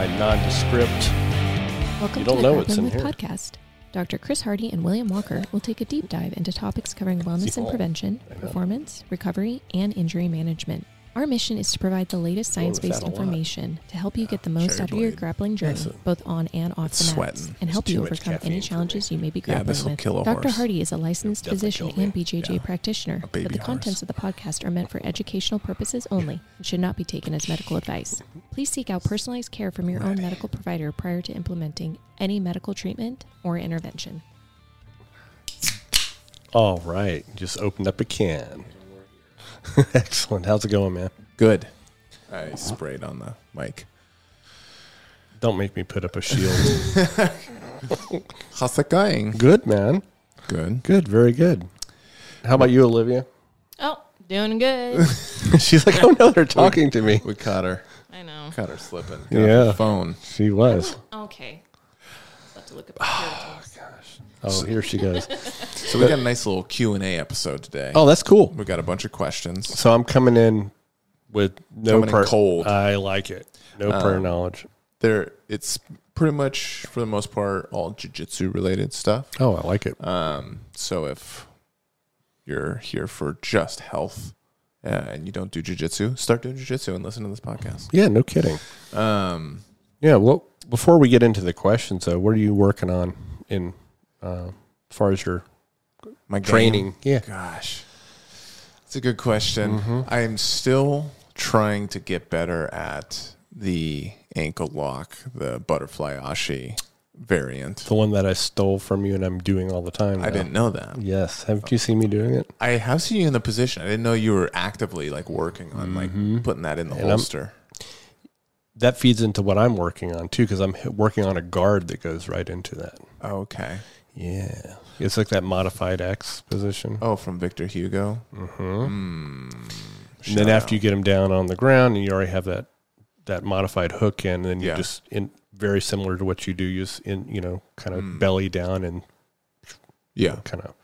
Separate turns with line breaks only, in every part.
and nondescript.
Welcome
You don't
to the
know
Crap
what's
Room
in
With
here.
podcast. Dr. Chris Hardy and William Walker will take a deep dive into topics covering wellness and
all.
prevention,
I know.
performance, recovery, and injury management. Our mission is to provide the latest
Going with
science-based
that a lot.
information to help you get the most out of your
Cherry Blade.
grappling journey,
Listen,
both on and off
it's
the mats,
sweating.
and help
It's
you
too much
overcome
caffeine
any
for
challenges you may be
Yeah,
grappling
this'll
with.
kill a
Dr.
horse.
Hardy is a licensed
It'll definitely
physician
kill me.
and BJJ
Yeah.
practitioner,
A
but
baby
the
horse.
contents of the podcast are meant for educational purposes only and should not be taken as medical advice. Please seek out personalized care from your own
Alrighty.
medical provider prior to implementing any medical treatment or intervention.
All right, just opened up a can. Excellent. How's it going, man?
Good. I sprayed on the mic.
Don't make me put up a shield.
How's it going?
good, man.
Good.
Good, very good. How about you, Olivia?
Oh, doing good.
She's like, oh no, they're talking to me.
We caught her.
I know.
Caught her slipping. Got
Yeah.
The phone.
She was.
Okay. Just have to look at the characters.
Oh, here she goes.
So we got a nice little Q and A episode today.
Oh, that's cool.
We got a bunch of questions.
So I'm coming in with no Uh,
Coming in
prior
cold.
I like it. No prior knowledge.
There, it's pretty much for the most part all jujitsu related stuff.
Oh, I like it.
Um, so if you're here for just health uh, and you don't do jujitsu, start doing jujitsu and listen to this podcast.
yeah, no kidding.
Um,
Yeah. Well, before we get into the questions, though, what are you working on in uh, as far as your
my game-
training? Yeah.
Gosh, it's a good question.
Mm-hmm.
I'm still trying to get better at the ankle lock, the butterfly ashi variant.
The one that I stole from you and I'm doing all the time.
I
now.
didn't know that.
Yes. Haven't you seen me doing it?
I have seen you in the position. I didn't know you were actively like working on like putting that in the
Mm-hmm. And I'm-
holster.
That feeds into what I'm working on too, because I'm h- working on a guard that goes right into that.
okay.
Yeah. It's like that modified X position. Mm-hmm.
Oh, Mm-hmm. from Victor Hugo. Hmm.
and then after you get him down on the ground and you already have that that modified hook in, and then you
Yeah.
just in very similar to what you do, you just in you know kind
Mm.
of belly down and
Yeah.
kind of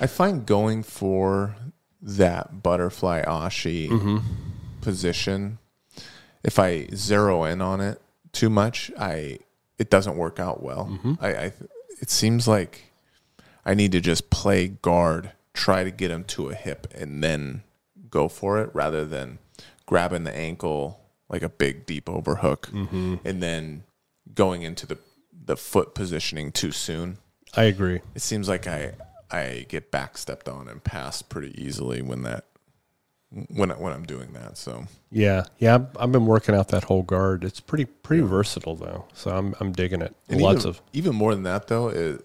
I find going for that butterfly ashi
mm-hmm.
position, if I zero in on it too much, I it doesn't work out well. I, I it seems like I need to just play guard, try to get him to a hip, and then go for it, rather than grabbing the ankle like a big deep overhook, and then going into the the foot positioning too soon
I agree.
it seems like I I get backstepped on and passed pretty easily when that when I- when I'm doing that. So
Yeah, yeah. I've, I've been working out that whole guard. It's pretty pretty versatile though, so I'm I'm digging it.
And
Lots
even,
of
even more than that though is,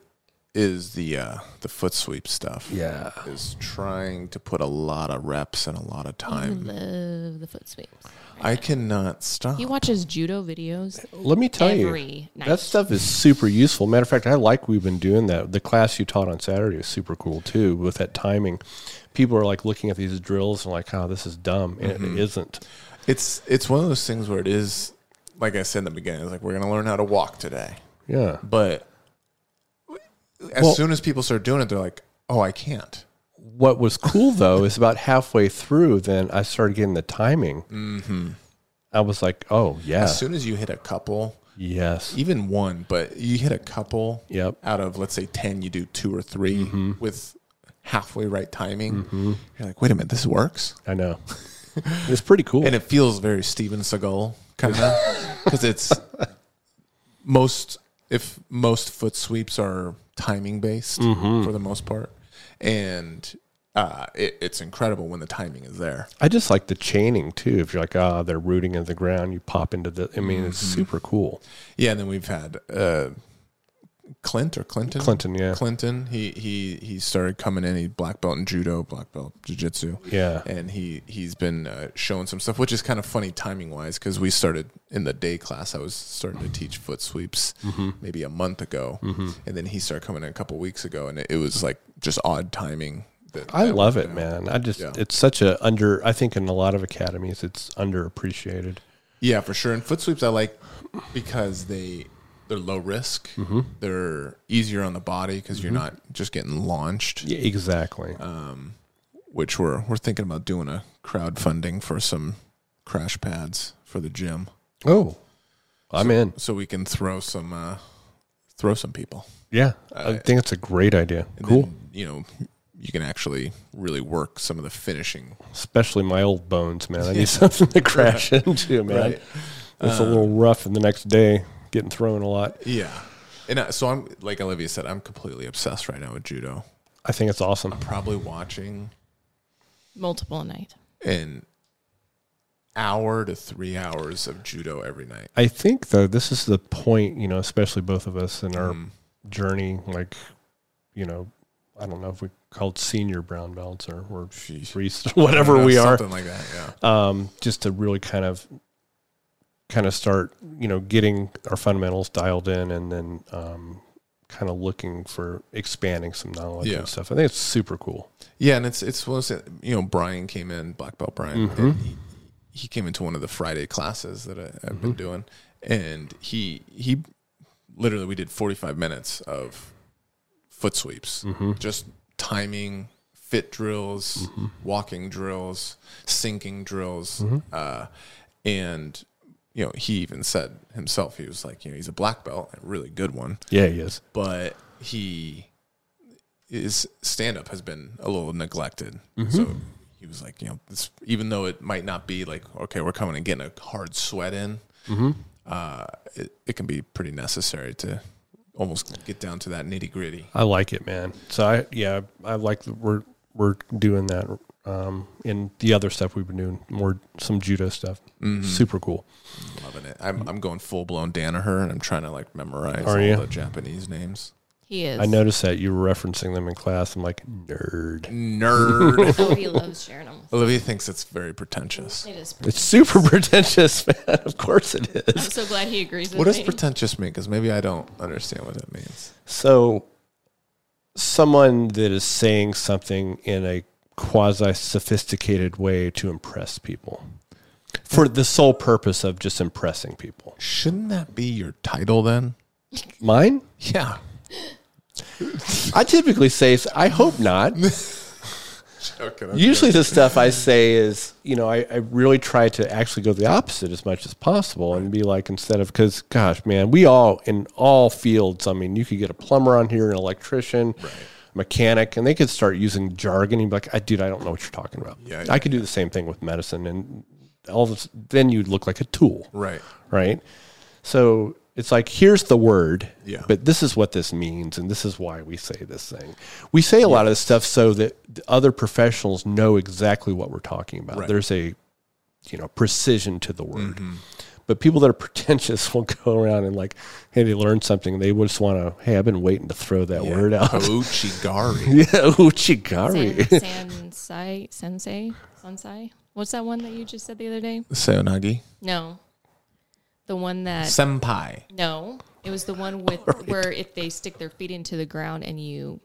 is the uh, the foot sweep stuff.
yeah.
is trying to put a lot of reps and a lot of
Mm-hmm.
time.
Love the foot sweeps.
I cannot stop.
He watches judo videos.
Let me tell you,
Every night.
that stuff is super useful. Matter of fact, I like we've been doing that. The class you taught on Saturday was super cool too. With that timing, people are like looking at these drills and like, "Oh, this is dumb," and
Mm-hmm.
it isn't.
It's it's one of those things where it is like I said in the beginning. It's like we're gonna learn how to walk today,
Yeah.
but as
Well-
soon as people start doing it, they're like, "Oh, I can't."
what was cool though is about halfway through, then I started getting the timing. Mm-hmm. I was like, oh yeah,
As soon as you hit a couple,
yes,
even one, but you hit a couple
Yep.
out of let's say ten, you do two or 3
Mm-hmm.
with halfway right timing. You're like, wait a minute, this works,
I know. It's pretty cool.
and it feels very Steven Seagal kind of because it's most if most foot sweeps are timing based
Mm-hmm.
for the most part, and uh, it, it's incredible when the timing is there.
I just like the chaining too. If you're like, ah, they're rooting in the ground, you pop into the. I mean, it's
Mm-hmm.
super cool.
Yeah, and then we've had uh, Clint or Clinton.
Clinton, yeah.
Clinton. He he he started coming in. He black belt in judo, black belt jiu-jitsu.
Yeah.
and he he's been uh, showing some stuff, which is kind of funny timing wise because we started in the day class. I was starting to teach foot sweeps
Mm-hmm.
maybe a month ago, and then he started coming in a couple weeks ago, and it, it was like just odd timing. That,
I
that
love
worked
it,
out.
man. I just
Yeah.
it's such a under. I think in a lot of academies, it's underappreciated.
Yeah, for sure. And foot sweeps I like because they they're low risk. They're easier on the body because you're not just getting launched.
Mm-hmm.
um,
Yeah, exactly.
Uh, Which we're we're thinking about doing a crowdfunding for some crash pads for the gym.
oh, I'm in.
so we can throw some uh, throw some people.
Yeah, I think it's a great idea.
And
Cool.
then, you know, you can actually really work some of the finishing.
Especially my old bones, man. I need something to crash into, man.
Right. Uh.
It's a little rough in the next day, getting thrown a lot.
Yeah. And uh, so I'm like Olivia said, I'm completely obsessed right now with judo.
I think it's awesome.
Probably watching
multiple a night.
an hour to three hours of judo every night.
I think though this is the point, you know, especially both of us in our
Mm.
journey, like, you know, I don't know if we called senior brown belts or or
Sheesh.
three, whatever we are,
something like that. Yeah.
um, just to really kind of kind of start, you know, getting our fundamentals dialed in, and then um, kind of looking for expanding some knowledge
Yeah.
and stuff. I think it's super cool.
Yeah, and it's it's well, you know Brian came in black belt Brian.
Mm-hmm.
and he, he came into one of the Friday classes that I, I've been doing, and he he literally we did forty five minutes of foot sweeps,
Mm. Mm-hmm.
just timing, fit
Mm.
drills, walking drills, sinking drills, uh, and you know he even said himself he was like you know he's a black belt, a really good one,
Yeah, he is.
but he his stand up has been a little neglected.
Mm-hmm.
So he was like, you know, this, even though it might not be like, okay, we're coming and getting a hard sweat in, uh, it, it can be pretty necessary to almost get down to that nitty gritty.
I like it, man. So I yeah, I like that we're we're doing that um in the other stuff we've been doing, more some judo stuff. Mm-hmm. Super cool.
Loving it. I'm, I'm going full blown Danaher and I'm trying to like memorize
Are
all
you?
the Japanese names.
He is.
I noticed that you were referencing them in class. I'm like, nerd.
Nerd.
Oh, he loves sharing them.
Olivia thinks it's very pretentious.
It is. pretty-
It's super pretentious, man. Of course it
I'm
is.
so glad he agrees with
What does
me.
pretentious mean? Because maybe I don't understand what it means.
So someone that is saying something in a quasi sophisticated way to impress people. For the sole purpose of just impressing people.
Shouldn't that be your title then?
Mine?
Yeah.
I typically say, I hope not. Usually, the stuff I say is, you know, I, I really try to actually go the opposite as much as possible and be like, instead of, because, gosh, man, we all in all fields, I mean, you could get a plumber on here, an electrician, mechanic, and they could start using jargon. You'd be like, I, dude, I don't know what you're talking about.
Yeah,
I could do the same thing with medicine. And all this, then you'd look like a tool
Right.
right? So it's like here's the word,
Yeah.
but this is what this means, and this is why we say this thing. We say a lot of this stuff so that the other professionals know exactly what we're talking about.
Right. Mm-hmm.
There's a you know precision to the word. But people that are pretentious will go around and like, hey, they learned something. They just want to, hey, I've been waiting to throw that word out.
Oh. Ouchigari.
yeah, uchigari.
San, sansai, sensei, sensei. What's that one that you just said the other day?
Sayonagi.
No, the one that
Senpai.
no, it was the one with where if they stick their feet into the ground and you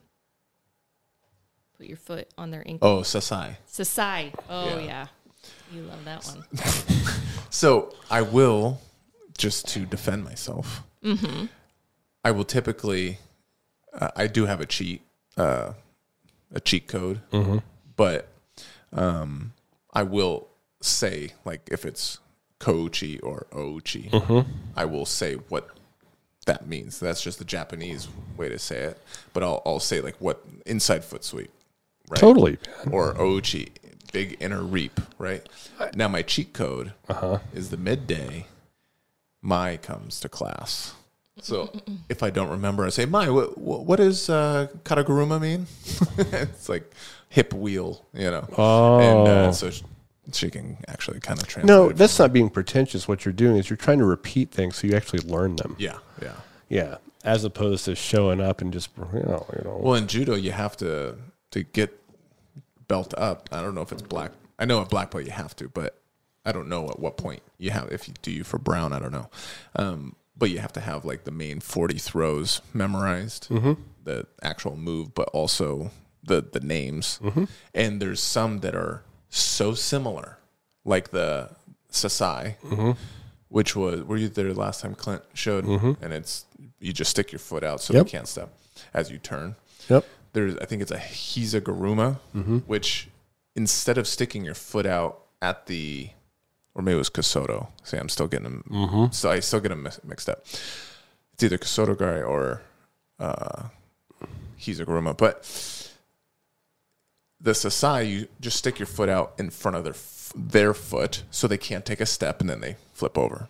put your foot on their ankle.
Oh, Sasai.
Sasai.
Yeah.
Oh yeah. you love that one.
So I will, just to defend myself, I will typically, uh, I do have a cheat, uh, a cheat code, but um, I will say, like, if it's Koichi or Oichi, I will say what that means. That's just the Japanese way to say it. But I'll, I'll say, like, what inside foot sweep. Right?
Totally.
or Oichi, big inner reap, right? Now my cheat code is the midday. My comes to class. So if I don't remember, I say, "My, what, what does uh, kataguruma mean?" it's like hip wheel, you know. Oh, and uh, so she, she can actually kind of translate.
No,
it.
that's not being pretentious. What you're doing is you're trying to repeat things so you actually learn them.
yeah, yeah.
Yeah, as opposed to showing up and just you know, you know.
Well, in judo, you have to to get belt up. I don't know if it's black. I know at black belt you have to, but I don't know at what point you have. If you do you for brown, I don't know. Um, but you have to have like the main forty throws memorized, the actual move, but also the the names. And there's some that are so similar, like the sasai. Which was were you there last time Clint showed? And it's you just stick your foot out so
Yep.
they can't step as you turn
yep.
there's I think it's a Mm-hmm. Hizaguruma, which instead of sticking your foot out at the or maybe it was Casoto. See, I'm still getting them. So I still get them mis- mixed up. It's either Casoto guy or uh, Hizaguruma. But the Sasai, you just stick your foot out in front of their f- their foot so they can't take a step and then they flip over.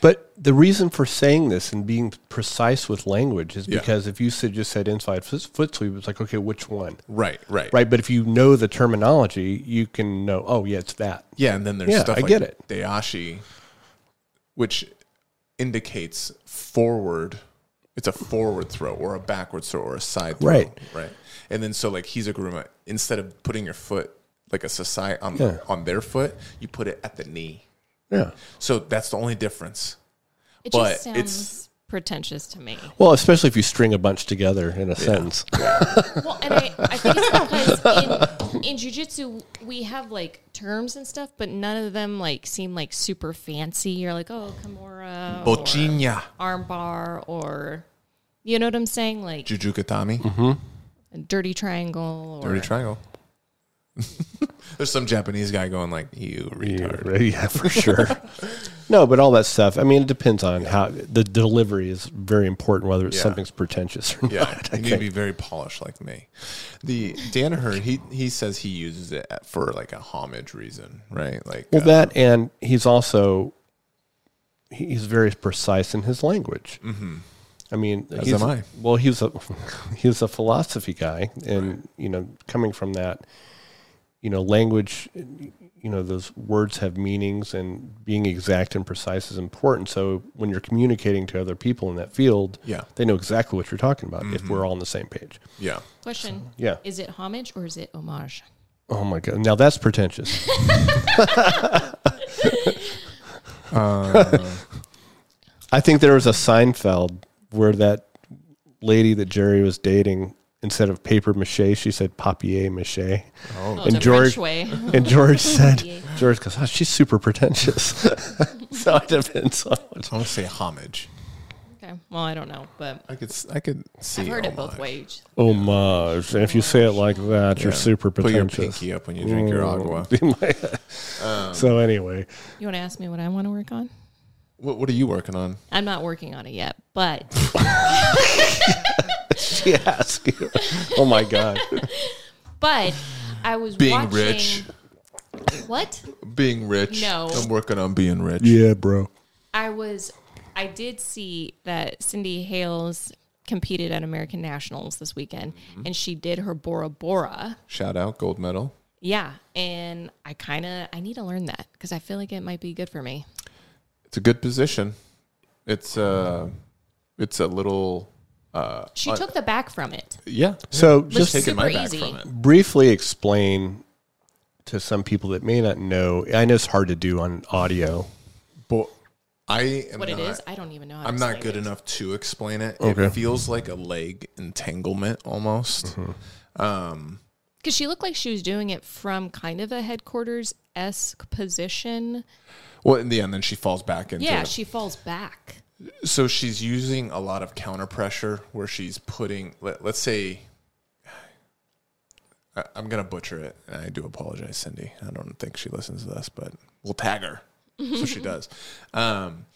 But the reason for saying this and being precise with language is
Yeah.
because if you said just said inside foot, foot sweep, it's like okay, which one,
Right, right,
right? But if you know the terminology, you can know. Oh, yeah, it's that.
Yeah, and then there's
Yeah,
stuff
I
like
get it.
Dayashi, which indicates forward. It's a forward throw or a backward throw or a side throw.
Right.
Right. And then so like he's a gruma, instead of putting your foot like a society on
Yeah.
on their foot, you put it at the knee.
Yeah.
So that's the only difference.
It
But
just sounds
it's-
pretentious to me.
Well, especially if you string a bunch together in a sentence.
Well, and I, I think it's because in, in jujitsu we have like terms and stuff, but none of them like seem like super fancy. You're like, oh, Kimura, or
Bochinya.
armbar, or you know what I'm saying, like
Jujukatami.
Mm-hmm.
a dirty triangle, or
Dirty triangle. There's some Japanese guy going like, you retard.
Yeah, for sure. no, but all that stuff. I mean, it depends on how the delivery is very important, whether it's
Yeah.
something's pretentious or
Yeah,
not. I
you need to
think.
be very polished like me. The Danaher, he he says he uses it for like a homage reason, right? Like,
Well,
uh,
that and he's also he- he's very precise in his language. Mm-hmm. I mean,
As
he's-
am I.
Well, he was a he was a philosophy guy, and you know, coming from that, you know, language, you know, those words have meanings, and being exact and precise is important. So when you're communicating to other people in that field,
Yeah. Mm-hmm.
they know exactly what you're talking about if we're all on the same page.
yeah,
question.
Yeah.
Is it homage or is it homage?
Oh my god! Now that's pretentious. Uh, I think there was a Seinfeld where that lady that Jerry was dating, instead of paper mache, she said papier mache,
Oh,
And
it's a
George-
French way.
and George said, "George goes, oh, she's super pretentious." so it depends on. What,
I want to say homage.
okay. Well, I don't know, but
I could s- I could see.
I've heard it
homage.
both ways.
homage, and Oh if you say it like that, you're
Yeah.
super
Put your
pretentious. Um,
pinky up when you drink your agua.
so anyway,
You want to ask me what I want to work on?
What What are you working on?
I'm not working on it yet, but
she asked you. Oh my god.
but I was
Being
watching,
rich.
What?
Being rich.
No.
I'm working on being rich.
Yeah, bro.
I was I did see that Cindy Hales competed at American Nationals this weekend
Mm-hmm.
and she did her Bora Bora.
Shout out gold medal.
Yeah, and I kind of I need to learn that cuz I feel like it might be good for me.
It's a good position. It's uh, it's a little uh,
She
uh,
took the back from it.
yeah.
So
Looks
just
taking my
super
back
easy.
from it.
briefly explain to some people that may not know. I know it's hard to do on audio.
But I am
What it
not-
is, I don't even know. How
I'm
to
not
explain
good
it.
enough to explain it.
Okay.
It feels like a leg entanglement almost. Um,
Because she looked like she was doing it from kind of a headquarters esque position.
well, in the end, then she falls back into
Yeah,
it.
she falls back.
so she's using a lot of counter pressure where she's putting, let, let's say, I, I'm going to butcher it. And I do apologize, Cindy. I don't think she listens to this, but we'll tag her. so she does. Um,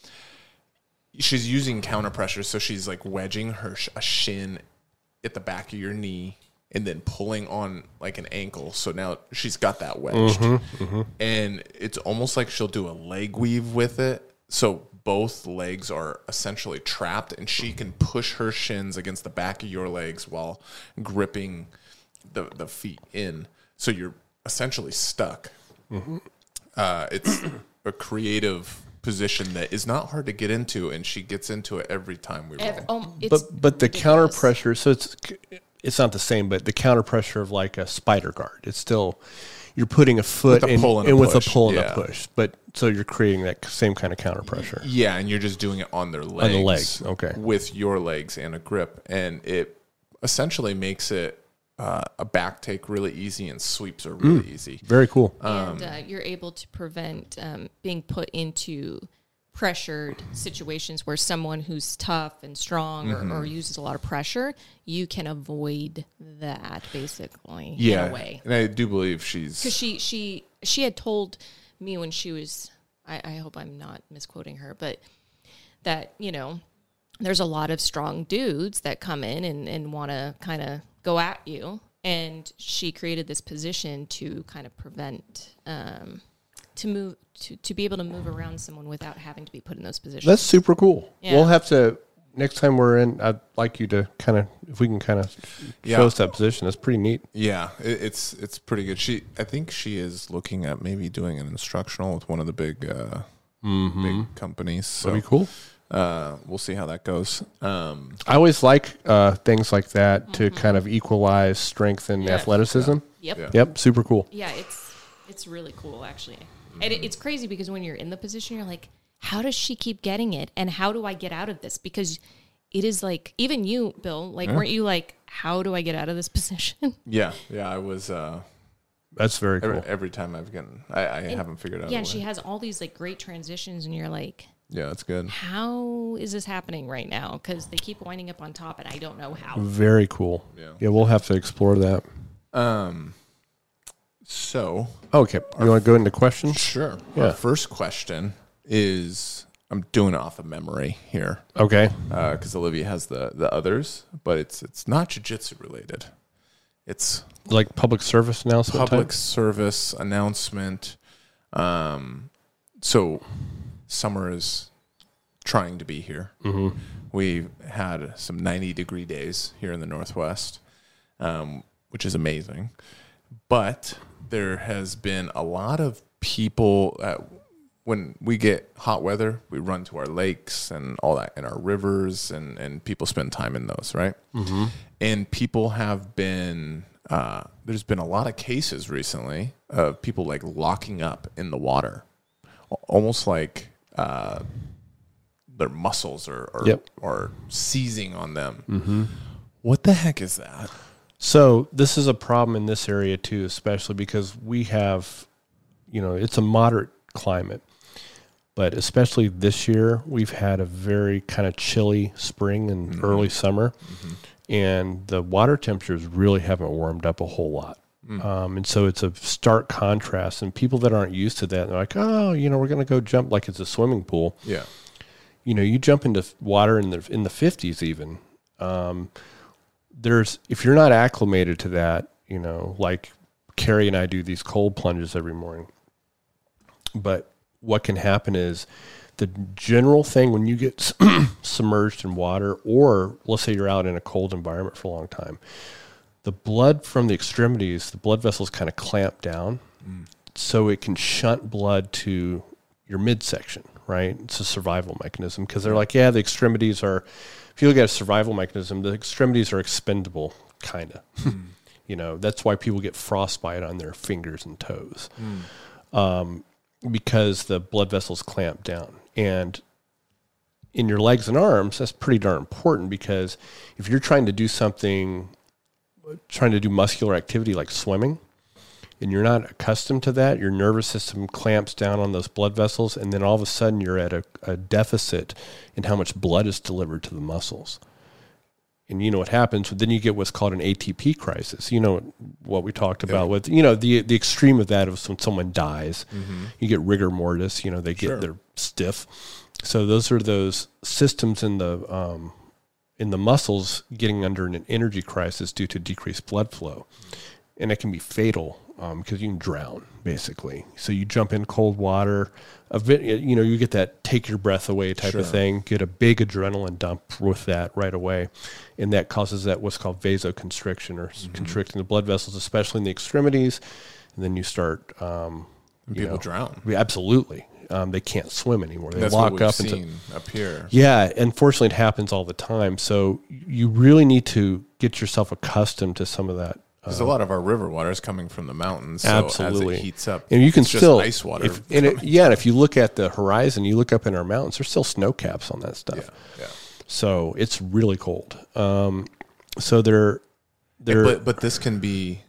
she's using counter pressure. So she's like wedging her sh- a shin at the back of your knee and then pulling on like an ankle. So now she's got that wedged. And it's almost like she'll do a leg weave with it. So both legs are essentially trapped and she can push her shins against the back of your legs while gripping the, the feet in. So you're essentially stuck. Uh, it's a creative position that is not hard to get into, and she gets into it every time we roll.
Ev- oh, it's
But but the
ridiculous.
counter pressure. So it's it's not the same, but the counter pressure of like a spider guard. It's still you're putting a foot
With a
in-
pull and a
in with a
push,
pull and
yeah.
a push, but so you're creating that same kind of counter pressure.
Yeah, and you're just doing it on their legs.
the legs, okay.
With your legs and a grip. And it essentially makes it uh, a back take really easy and sweeps are really
Mm.
easy.
Very cool.
um,
and uh, you're able to prevent um, being put into pressured situations where someone who's tough and strong
Mm-hmm.
or, or uses a lot of pressure, you can avoid that basically in a way.
And I do believe
Because
she's.
she she she had told me when she was I, I hope I'm not misquoting her, but that, you know, there's a lot of strong dudes that come in and, and want to kind of go at you. And she created this position to kind of prevent, um, to move, to, to be able to move around someone without having to be put in those positions.
That's super cool.
Yeah.
We'll have to next time we're in. I'd like you to kind of if we can kind of
Yeah.
show us that position. That's pretty neat.
Yeah, it, it's it's pretty good. She, I think she is looking at maybe doing an instructional with one of the big uh,
Mm-hmm.
big companies. So
That'd be cool.
uh, we'll see how that goes. Um,
I always like uh, things like that to kind of equalize strength and
Yeah.
athleticism.
yep.
Mm-hmm. Yeah.
Yep, super cool.
Yeah, it's it's really cool actually, and it, it's crazy because when you're in the position, you're like, how does she keep getting it, and how do I get out of this? Because it is like even you, Bill, like weren't you like, how do I get out of this position?
yeah, yeah. I was uh,
That's very cool.
every, every time I've gotten, I, I haven't figured out.
yeah,
a
and she
way.
has all these like great transitions, and you're like,
yeah, that's good.
how is this happening right now? Because they keep winding up on top, and I don't know how.
Very cool.
Yeah.
yeah, we'll have to explore that.
Um, so
Okay, you want to go into questions?
sure.
Yeah.
Our first question is, I'm doing it off of memory here.
Okay.
because Olivia has the the others, but it's it's not jujitsu related. It's
Like public service announcement.
public
type?
service announcement. Um, so summer is trying to be here. We've had some ninety degree days here in the northwest, um, which is amazing. But there has been a lot of people. Uh, when we get hot weather, we run to our lakes and all that, and our rivers, and, and people spend time in those, right? Mm-hmm. And people have been, uh, there's been a lot of cases recently of people like locking up in the water, Al- almost like uh, their muscles are, are,
Yep. Mm-hmm.
are seizing on them. What the heck is that?
So this is a problem in this area too, especially because we have, you know, it's a moderate climate, but especially this year we've had a very kind of chilly spring and early summer, and the water temperatures really haven't warmed up a whole lot. Um, and so it's a stark contrast, and people that aren't used to that, they're like, "Oh, you know, we're going to go jump like it's a swimming pool."
Yeah.
you know, you jump into f- water in the in the fifties even. Um, there's if you're not acclimated to that, you know, like Carrie and I do these cold plunges every morning. But what can happen is the general thing when you get s- submerged in water, or let's say you're out in a cold environment for a long time, the blood from the extremities, the blood vessels kind of clamp down so it can shunt blood to your midsection, right? It's a survival mechanism because they're like, yeah, the extremities are, if you look at a survival mechanism, the extremities are expendable, kind of. you know, that's why people get frostbite on their fingers and toes um, because the blood vessels clamp down. And in your legs and arms, that's pretty darn important because if you're trying to do something, trying to do muscular activity like swimming, and you're not accustomed to that, your nervous system clamps down on those blood vessels, and then all of a sudden you're at a, a deficit in how much blood is delivered to the muscles. And you know what happens? Then you get what's called an ATP crisis. You know what we talked about with you know the the extreme of that is when someone dies, you get rigor mortis. You know they get they're stiff. So those are those systems in the um, in the muscles getting under an energy crisis due to decreased blood flow and it can be fatal um, because you can drown basically. So you jump in cold water, a bit, you know, you get that take your breath away type of thing, get a big adrenaline dump with that right away, and that causes that what's called vasoconstriction or
Mm-hmm.
s constricting the blood vessels, especially in the extremities, and then you start. Um,
And
you
people
know,
drown.
yeah, Absolutely, um, they can't swim anymore. They
That's what
lock
we've
up and
seen up here.
yeah, unfortunately, it happens all the time. So you really need to get yourself accustomed to some of that
Because a lot of our river water is coming from the mountains. So
Absolutely,
As it heats up,
and you can
it's
still
just ice water.
If, and it, yeah, and if you look at the horizon, you look up in our mountains. There's still snow caps on that stuff,
yeah, yeah.
so it's really cold. Um, so they're they're
But but this can be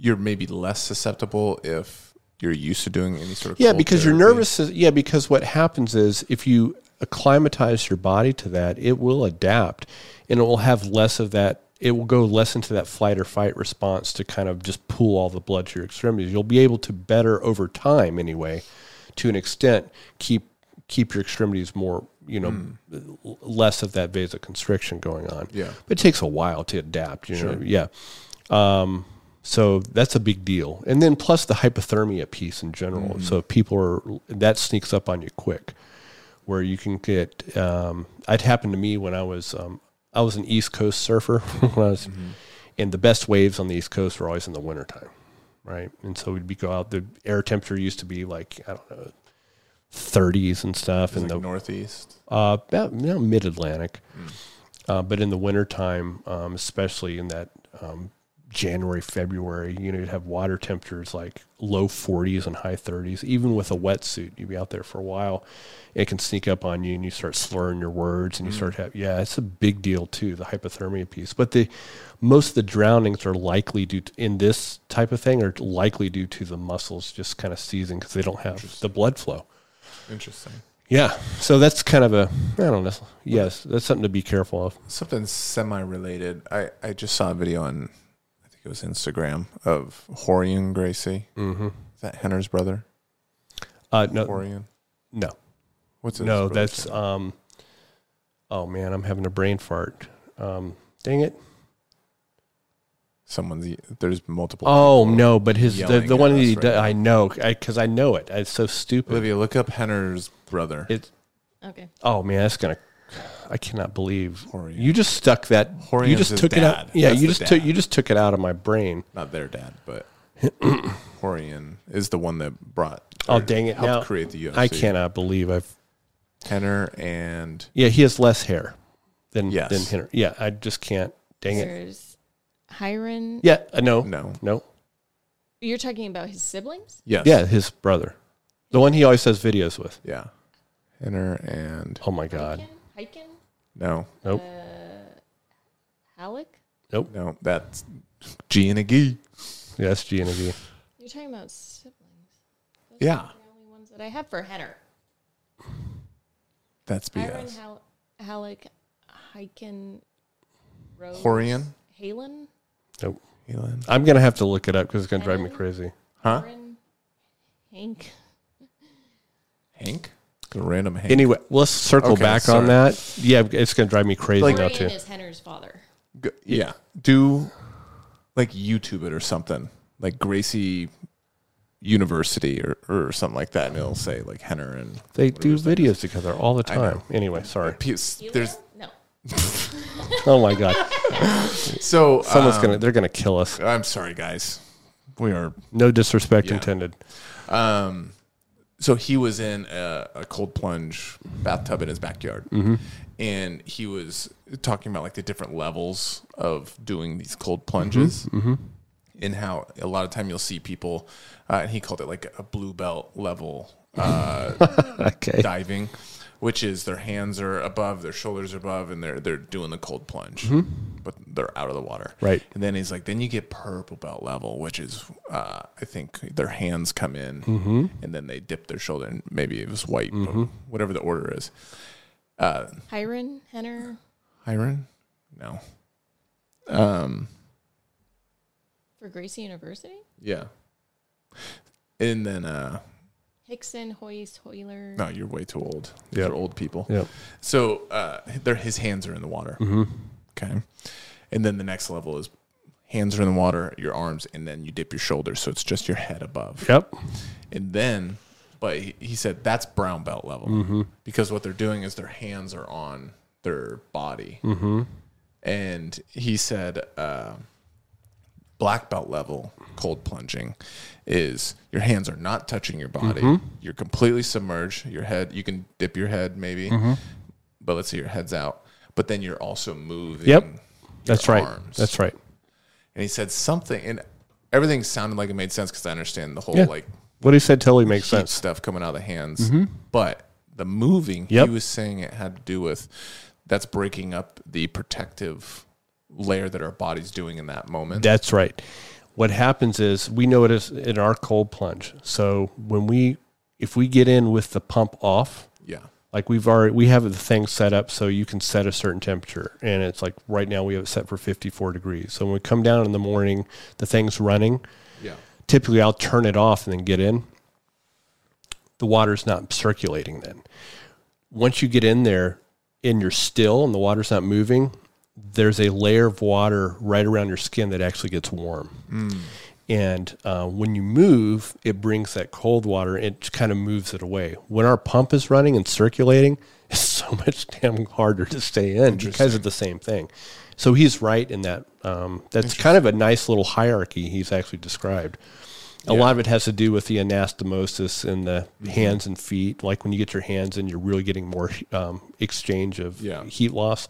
you're maybe less susceptible if you're used to doing any sort of
yeah
cold
because your
therapy.
nervous sys- yeah because what happens is if you acclimatize your body to that, it will adapt and it will have less of that. It will go less into that flight or fight response to kind of just pull all the blood to your extremities. You'll be able to better over time anyway to an extent keep keep your extremities more you know l- less of that vasoconstriction going on.
Yeah.
but it takes a while to adapt. You know, yeah. Um, so that's a big deal, and then plus the hypothermia piece in general.
Mm-hmm.
So if people are that sneaks up on you quick, where you can get. Um, it happened to me when I was um, I was an East Coast surfer when I was,
Mm-hmm.
and the best waves on the East Coast were always in the wintertime, right? And so we'd be go out. The air temperature used to be like I don't know. 30s and stuff,
It's
and
like
the
northeast.
uh, about you know, mid Atlantic. Uh, but in the wintertime, um, especially in that um, January, February, you know, you'd have water temperatures like low 40s and high 30s. Even with a wetsuit, you'd be out there for a while. It can sneak up on you and you start slurring your words and you start have, yeah, it's a big deal too, the hypothermia piece. But the most of the drownings are likely due to, in this type of thing, are likely due to the muscles just kind of seizing because they don't have the blood flow.
Interesting.
Yeah. So that's kind of a I don't know. Yes, that's something to be careful of.
Something semi-related. I I just saw a video on, I think it was Instagram of Horian Gracie.
Mm-hmm.
Is that Henner's brother?
Uh, no,
Horian.
no,
What's his
no.
brother's
That's
name?
um. Oh man, I'm having a brain fart. Um, dang it.
someone's. There's multiple.
Oh
people.
no, but his the,
yelling
the
at
one
us
he
right
d
now.
I I know because I, know it. It's so stupid.
Olivia, look up Henner's brother.
It.
Okay.
Oh man, that's gonna. I cannot believe
Horian.
you just stuck that. you
Horian's
just
his
took it out.
dad.
Yeah,
That's
you
the
just took
dad.
you just took it out of my brain.
Not their dad, but Horian is the one that brought.
Oh
or
dang it!
Helped
Now
create the UFC.
I cannot believe I've
Henner and
Yeah, he has less hair than
Yes.
than Henry. Yeah, I just can't. Dang it.
There's Hiron.
Yeah, uh, no, no,
no.
You're talking about his siblings?
Yes.
Yeah, his brother, the one he always does videos with.
Yeah. Henner and
Oh my god.
Hyken?
no,
Nope.
Uh, Halleck?
no. That's G and a G.
Yeah, that's G and a V.
You're talking about siblings.
Yeah.
The only ones that I have for Henner.
That's
Hiron,
BS.
Hal- Halleck, Hyken, Rose,
Horian.
Halen,
Nope.
Elon.
I'm gonna have to look it up because it's gonna drive me crazy.
Huh?
Hiron, Hank.
Hank. The random Hank.
Anyway, let's circle
Okay,
back
sorry.
on that. Yeah, it's gonna drive me crazy
Like-
now
Horian
too.
is Henner's father.
Go- yeah. Do like YouTube it or something. Like Gracie University or, or something like that. And it'll say like Henner and
They do videos together all the
I know.
time. Anyway, sorry.
piece.
Elon?
There's
no.
Oh my god,
so
someone's
um,
gonna they're gonna kill us.
I'm sorry, guys. We are
No disrespect
Yeah.
intended.
Um, so he was in a, a cold plunge bathtub in his backyard, and he was talking about like the different levels of doing these cold plunges, and how a lot of time you'll see people, uh, and he called it like a blue belt level uh,
Okay.
diving, which is their hands are above, their shoulders are above, and they're they're doing the cold plunge, but they're out of the water.
Right.
And then he's like, then you get purple belt level, which is uh, I think their hands come in,
Mm-hmm.
and then they dip their shoulder, and maybe it was white, but whatever the order is. Uh,
Hiron, Henner,
Hiron, no. Um.
for Gracie University?
Yeah. And then uh,
Hickson, Hoyes, Hoyler.
no, you're way too old. These
Yep.
are old people.
Yep. Mm-hmm.
So uh, they his hands are in the water. Okay. And then the next level is hands are in the water, your arms, and then you dip your shoulders. So it's just your head above.
Yep.
And then, but he, he said that's brown belt level
Mm-hmm.
because what they're doing is their hands are on their body.
Mm-hmm.
And he said, uh, black belt level cold plunging is your hands are not touching your body.
Mm-hmm.
You're completely submerged. Your head, you can dip your head maybe,
Mm-hmm.
but let's say your head's out. But then you're also moving.
Yep.
your
That's right.
arms.
That's right.
And he said something, and everything sounded like it made sense because I understand the whole
Yeah.
like
What he said totally makes
heat
sense.
stuff coming out of the hands. But the moving,
Mm-hmm. Yep.
he was saying it had to do with that's breaking up the protective layer that our body's doing in that moment.
That's right. What happens is we know it is in our cold plunge. So when we, if we get in with the pump off,
yeah.
like we've already we have the thing set up so you can set a certain temperature, and it's like right now we have it set for fifty four degrees. So when we come down in the morning, the thing's running.
Yeah.
Typically, I'll turn it off and then get in. the water's not circulating then. Once you get in there and you're still and the water's not moving, there's a layer of water right around your skin that actually gets warm. And uh, when you move, it brings that cold water. It kind of moves it away. When our pump is running and circulating, it's so much damn harder to stay in because of the same thing. So he's right in that. Um, that's kind of a nice little hierarchy he's actually described. A lot of it has to do with the anastomosis in the hands and feet. Like when you get your hands in, you're really getting more um, exchange of
Yeah.
heat loss.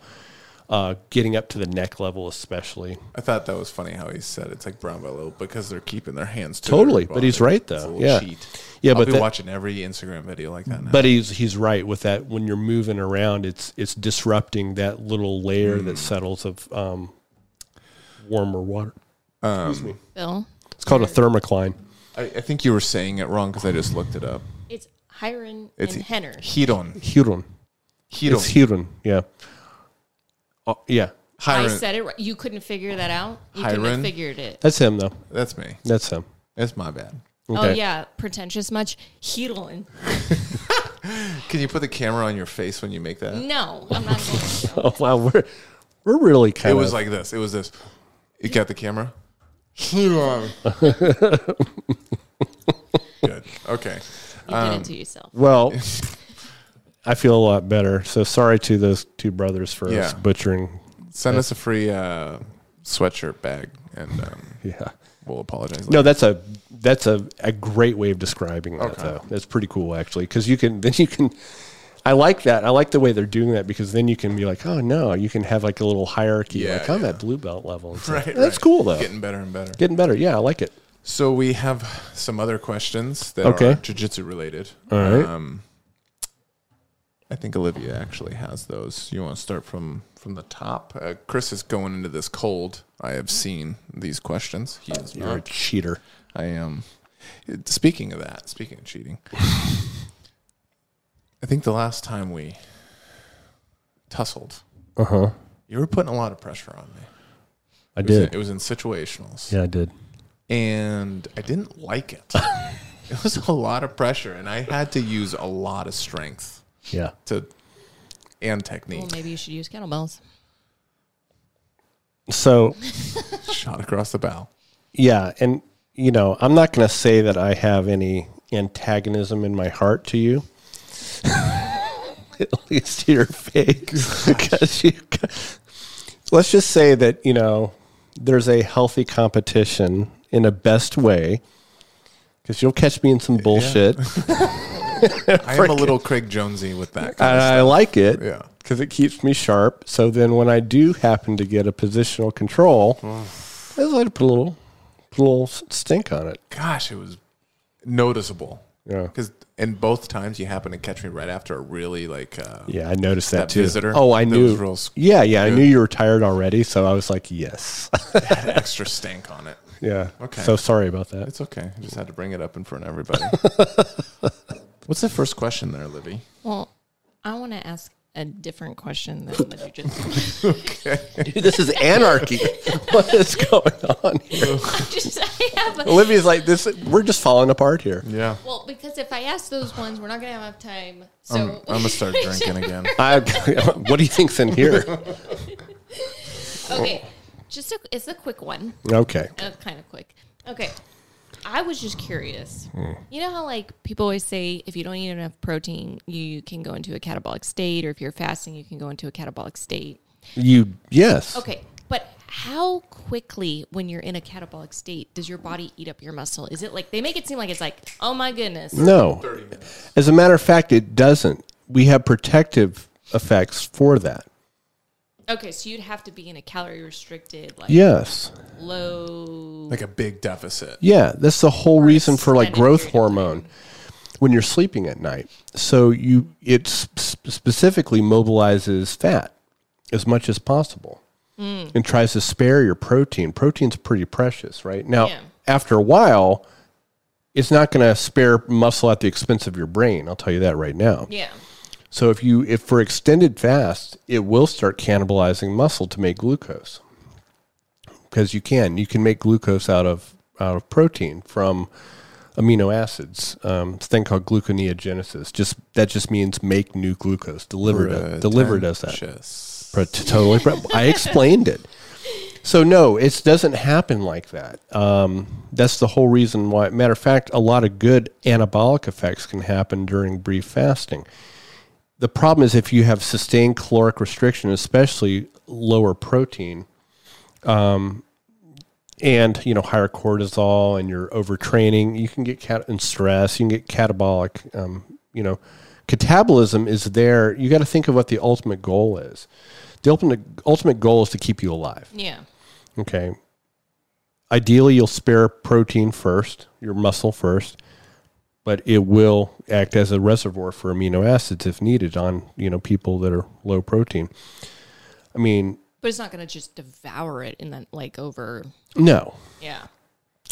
Uh, getting up to the neck level, especially.
I thought that was funny how he said it's like brown bellow because they're keeping their hands to
Totally,
their
but he's
body.
right,
It's a
though.
little
Yeah.
cheat.
Yeah,
I'll
but
be
that-
watching every Instagram video like that. Now.
But he's he's right with that. When you're moving around, it's it's disrupting that little layer
Hmm.
that settles of um, warmer water.
Bill,
It's called a thermocline.
I, I think you were saying it wrong because I just looked it up.
it's Hiron
It's
and Henner.
Hedon.
Huron. It's
Hedon.
Huron. Yeah. Oh, yeah.
I
Hiron.
said it right. You couldn't figure that out? You couldn't
Hiron?
have figured it.
That's him though.
That's me.
That's him.
That's my bad.
Oh,
Okay.
yeah. Pretentious much? Hiron.
Can you put the camera on your face when you make that?
No, I'm not going to.
Oh wow, we're we're really
It
kind of
was like this. It was this. It got the camera. Good. Okay.
You did it
Um,
to yourself.
well. I feel a lot better. So sorry to those two brothers for us
Yeah.
butchering.
Send us a free uh, sweatshirt bag, and um,
Yeah.
we'll apologize.
No, that's a that's a, a great way of describing that though. That's pretty cool actually because you can then you can. I like that. I like the way they're doing that because then you can be like, oh no, you can have like a little hierarchy.
Yeah,
like I'm
yeah.
at blue belt level. It's
Right,
like, that's
right.
cool though.
Getting
Getting,
better and better.
better. Yeah, I like it.
So we have some other questions that
Okay.
are jujitsu related.
All right.
Um, I think Olivia actually has those. You want to start from from the top? Uh, Chris is going into this cold. I have seen these questions. He is
You're a
not.
cheater.
I am. Speaking of that, speaking of cheating, I think the last time we tussled,
Uh huh.
you were putting a lot of pressure on me.
I
It was in,
did.
it was in situationals
Yeah, I did.
and I didn't like it. it was a lot of pressure, and I had to use a lot of strength
Yeah.
to and technique.
Well, maybe you should use kettlebells.
So
Shot across the bow.
yeah, and you know, I'm not going to say that I have any antagonism in my heart to you. At least to your face, because you. Let's just say that you know there's a healthy competition in a best way, because you'll catch me in some bullshit,
I am a little Craig Jonesy with that. Kind
and I like it.
Yeah.
because it keeps me sharp. So then, when I do happen to get a positional control, I just like to put a little, put a little stink on it.
of- Gosh, it was noticeable.
Yeah.
because and both times you happen to catch me right after a really like uh,
Yeah, I noticed
That
that, too.
visitor
Oh, I
that
knew.
was real s-
yeah, yeah, I
good.
knew you were tired already, so I was like, yes.
had extra stank on it.
yeah.
Okay.
So sorry about that.
It's okay. I just had to bring it up in front of everybody. What's the first question there, Libby?
Well, I want to ask a different question than what you just.
this is anarchy. what is going on here?
just I have a,
Olivia's like, this. We're just falling apart here.
Yeah,
well, because if I ask those ones, we're not going to have enough time. So
I'm, I'm gonna start drinking again.
I, what do you think's in here?
okay, just a, it's a quick one.
Okay.
Uh, kind of quick. Okay. I was just curious.
Hmm.
You know how like people always say if you don't eat enough protein, you can go into a catabolic state or if you're fasting, you can go into a catabolic state.
You yes.
Okay. But how quickly when you're in a catabolic state does your body eat up your muscle? Is it like they make it seem like it's like, "Oh my goodness."
No. As a matter of fact, it doesn't. We have protective effects for that.
Okay, so you'd have to be in a calorie restricted like
Yes.
low
Like a big deficit.
Yeah, that's the whole reason for like
spending
growth
period of
hormone when you're sleeping at night. So you it sp- specifically mobilizes fat as much as possible
Mm.
and tries to spare your protein. Protein's pretty precious, right? Now,
Yeah.
after a while, it's not going to spare muscle at the expense of your brain. I'll tell you that right now.
Yeah.
So if you if for extended fast, it will start cannibalizing muscle to make glucose. Because you can, you can make glucose out of out of protein from amino acids. Um, it's a thing called gluconeogenesis. Just that just means make new glucose. Delivered us, delivered us that.
Pretentious.
Pro- t- totally. pro- I explained it. So no, it doesn't happen like that. Um, that's the whole reason why. Matter of fact, a lot of good anabolic effects can happen during brief fasting. The problem is if you have sustained caloric restriction, especially lower protein, um, and you know higher cortisol, and you're overtraining, you can get cat and stress. You can get catabolic. Um, you know, catabolism is there. You got to think of what the ultimate goal is. The ultimate ultimate goal is to keep you alive.
Yeah.
Okay. Ideally, you'll spare protein first, your muscle first, but it will act as a reservoir for amino acids if needed on you know people that are low protein. I mean,
But it's not going to just devour it and then like over.
no,
Yeah.
no,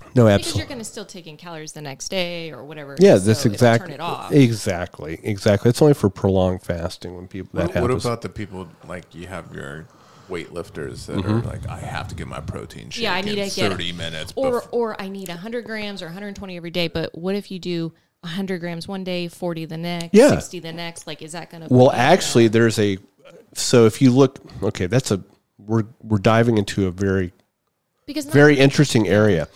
Because you're
absolutely.
going to still take in calories the next day or whatever.
Yeah, that's
So it'll
exactly
Turn it off.
exactly exactly. It's only for prolonged fasting when people that
What, what
happens.
about the people like you have your weightlifters that
Mm-hmm.
are like, I have to get my protein shake
Yeah, I need
in
to get
30 minutes
Or
before.
or I need 100 grams or 120 every day. But what if you do 100 grams one day, 40 the next,
Yeah.
60 the next? Like, is that going to?
Well, actually, there's a. So if you look, okay, that's a. We're we're diving into a very
because not-
very interesting area.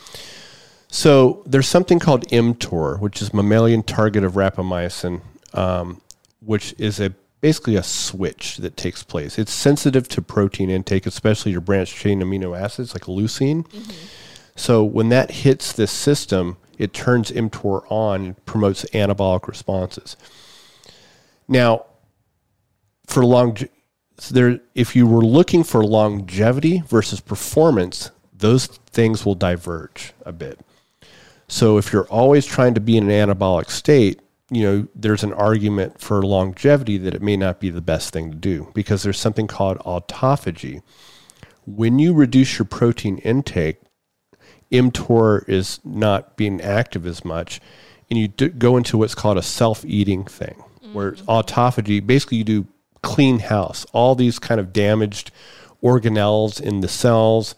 So there's something called mTOR, which is mammalian target of rapamycin, um, which is a basically a switch that takes place. It's sensitive to protein intake, especially your branched chain amino acids like leucine. So when that hits this system, it turns mTOR on and promotes anabolic responses. Now, for long, there, if you were looking for longevity versus performance, those things will diverge a bit. So if you're always trying to be in an anabolic state, you know, there's an argument for longevity that it may not be the best thing to do because there's something called autophagy. When you reduce your protein intake, mTOR is not being active as much, and you do go into what's called a self-eating thing, where autophagy. Basically, you do clean house. All these kind of damaged organelles in the cells,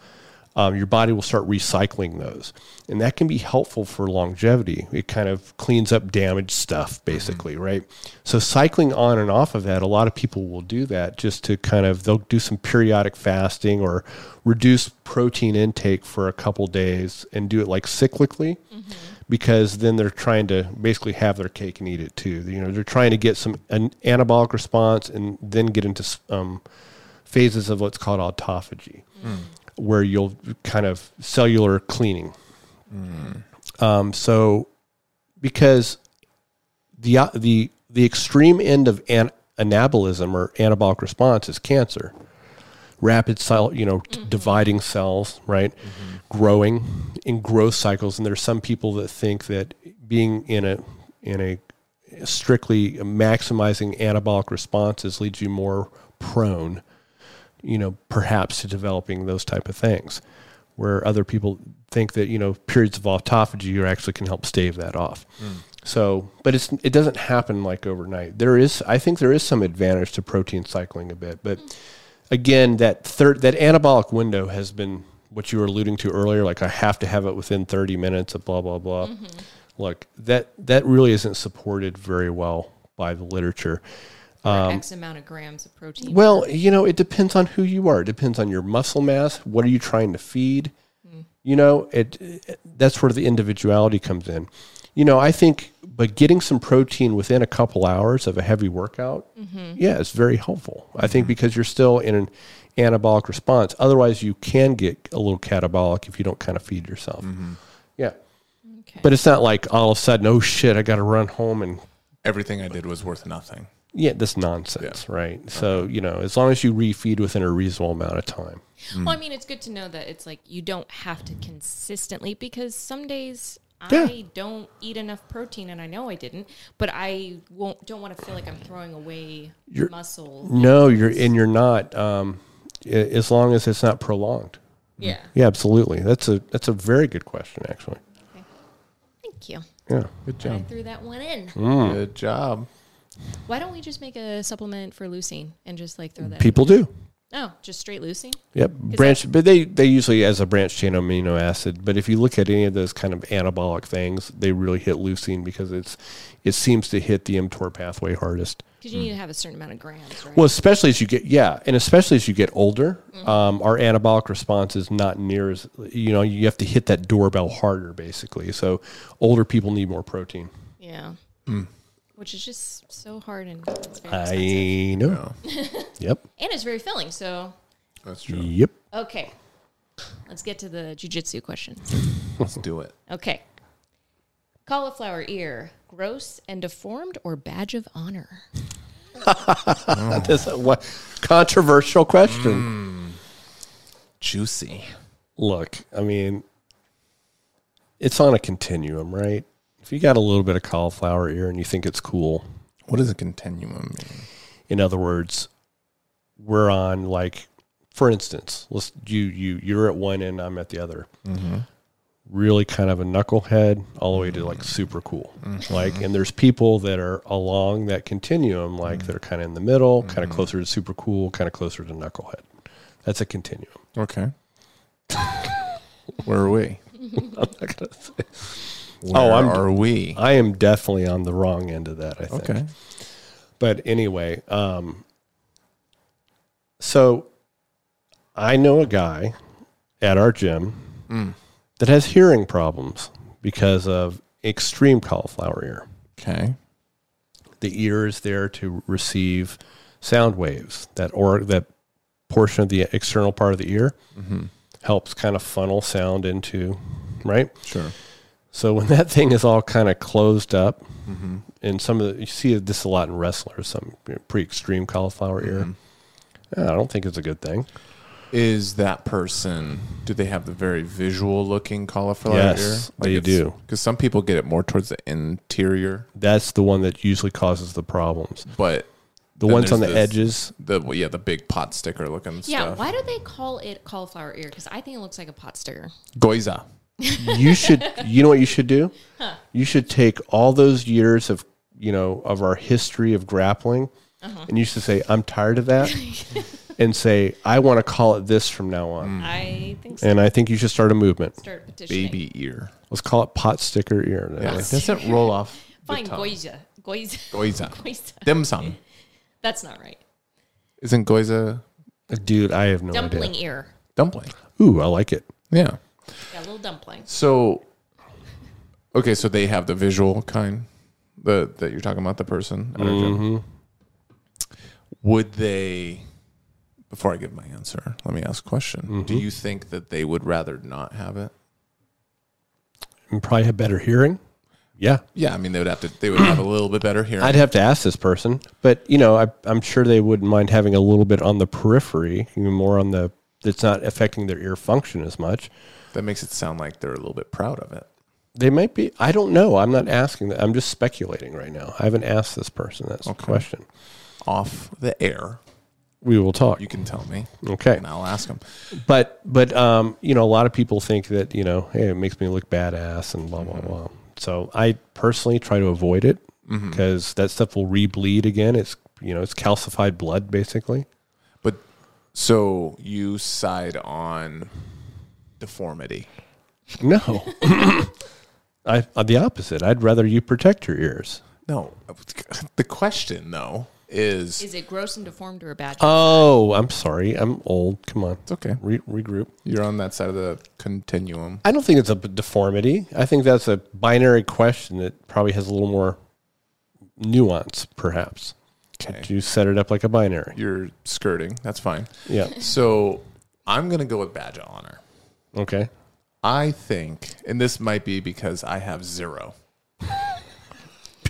um, your body will start recycling those, and that can be helpful for longevity. It kind of cleans up damaged stuff, basically, right? So cycling on and off of that, a lot of people will do that just to kind of they'll do some periodic fasting or reduce protein intake for a couple days and do it like cyclically because then they're trying to basically have their cake and eat it too. You know, they're trying to get some an anabolic response and then get into s- um, phases of what's called autophagy, where you'll kind of cellular cleaning. Um, so, because the uh, the the extreme end of an, anabolism or anabolic response is cancer, rapid cell you know t- dividing cells, right, growing in growth cycles, and there's some people that think that being in a in a strictly maximizing anabolic responses leads you more prone you know, perhaps to developing those type of things, where other people think that you know periods of autophagy are actually can help stave that off. So, but it's it doesn't happen like overnight. There is, I think, there is some advantage to protein cycling a bit, but again, that third that anabolic window has been what you were alluding to earlier. Like I have to have it within thirty minutes of blah blah blah. Look, that that really isn't supported very well by the literature.
or X amount of grams of protein.
Um, Well, you know, it depends on who you are. It depends on your muscle mass. What are you trying to feed? You know, it, it- that's where the individuality comes in. You know, I think, but getting some protein within a couple hours of a heavy workout, yeah, it's very helpful. I think because you're still in an anabolic response. Otherwise, you can get a little catabolic if you don't kind of feed yourself. Yeah,
okay.
but it's not like all of a sudden, oh shit, I got to run home and
Everything I did was worth nothing.
yeah, this nonsense, right? So you know, as long as you refeed within a reasonable amount of time, mm.
Well, I mean, it's good to know that it's like you don't have to consistently because some days
Yeah.
I don't eat enough protein, and I know I didn't, but I won't. Don't want to feel like I'm throwing away
You're- Mm.
muscle.
no, you're and you're not. Um, a- as long as it's not prolonged,
Yeah.
yeah, absolutely. That's a that's a very good question, actually.
Thank you.
Yeah,
Good
I
job.
threw that one in.
Mm.
Good job.
Why don't we just make a supplement for leucine and just like throw that?
people do.
Oh, just straight leucine.
Yep, branch, but they they usually as a branch chain amino acid. But if you look at any of those kind of anabolic things, they really hit leucine because it's it seems to hit the mTOR pathway hardest.
Because you need to have a certain amount of grams, right?
Mm. Well, especially as you get yeah, and especially as you get older, um, our anabolic response is not near as you know you have to hit that doorbell harder basically. So older people need more protein.
yeah.
Mm.
Which is just so hard and it's very expensive.
I know. yep.
and it's very filling. So
That's true.
Yep.
okay, let's get to the jujitsu question.
Let's do it.
Okay, cauliflower ear, gross and deformed, or badge of honor?
That's a what controversial question.
Juicy.
Look, I mean, it's on a continuum, right? If you got a little bit of cauliflower ear and you think it's cool,
What does a continuum mean?
in other words, we're on like, for instance, let's you you you're at one end, I'm at the other. Really, kind of a knucklehead, all the way to like super cool. Like, and there's people that are along that continuum, like they're kind of in the middle, kind of closer to super cool, kind of closer to knucklehead. That's a continuum.
Okay. Where are we?
I'm not gonna say.
Where
I'm-
are we?
I am definitely on the wrong end of that. I think.
Okay.
But anyway, um, so I know a guy at our gym
Mm.
that has hearing problems because of extreme cauliflower ear.
Okay.
The ear is there to receive sound waves. That or that portion of the external part of the ear
Mm-hmm.
helps kind of funnel sound into right.
Sure.
So when that thing is all kind of closed up,
Mm-hmm.
and some of the, you see this a lot in wrestlers, some pretty extreme cauliflower
Mm-hmm.
ear. Yeah, I don't think it's a good thing.
Is that person? Do they have the very visual looking cauliflower
Yes,
ear?
they do.
Because some people get it more towards the interior,
That's the one that usually causes the problems.
but
The
Then
ones on the
there's
edges.
the well, yeah the big pot sticker looking
Yeah,
stuff.
why do they call it cauliflower ear? Because I think it looks like a pot sticker.
Goiza.
You should. You know what you should do? You should take all those years of you know of our history of grappling, and you should say, "I'm tired of that," and say, "I want to call it this from now
Mm.
on."
Mm.
I think so.
And I think you should start a movement.
Start petitioning.
baby ear.
Let's call it pot sticker ear. Then.
Yeah, it doesn't roll off. the
Fine,
tongue.
goiza, goiza,
Goiza.
goiza.
Dim sum.
That's not right.
Isn't goiza
Dude, I have no idea.
Dumpling ear.
dumpling?
Ooh, I like it.
Yeah.
Yeah, little dumpling.
So, okay, so they have the visual kind the that you're talking about the person. at our gym. Would they? Before I give my answer, let me ask a question. Do you think that they would rather not have it?
And probably have better hearing. Yeah.
Yeah, I mean they would have to. They would have a little bit better hearing.
I'd have to ask this person, but you know, I, I'm sure they wouldn't mind having a little bit on the periphery, even more on the that's not affecting their ear function as much.
that makes it sound like they're a little bit proud of it.
They might be. I don't know. I'm not asking that. I'm just speculating right now. I haven't asked this person that question.
Off the air,
We will talk.
you can tell me,
Okay.
and I'll ask them.
But but um, you know, a lot of people think that you know, hey, it makes me look badass and blah blah
Mm-hmm.
blah. So I personally try to avoid it
Mm-hmm.
because that stuff will re-bleed again. It's you know, it's calcified blood basically.
But so you side on deformity.
No, I uh, the opposite. I'd rather you protect your ears.
No, the question though is
Is it gross and deformed or a badge?
Oh, I'm sorry. I'm old. Come on,
it's okay.
Re- regroup.
You're on that side of the continuum.
I don't think it's a b- deformity. I think that's a binary question that probably has a little more nuance, perhaps.
Okay.
You set it up like a binary.
You're skirting. That's fine.
Yeah.
So I'm going to go with badge of honor.
Okay.
I think, and this might be because I have zero,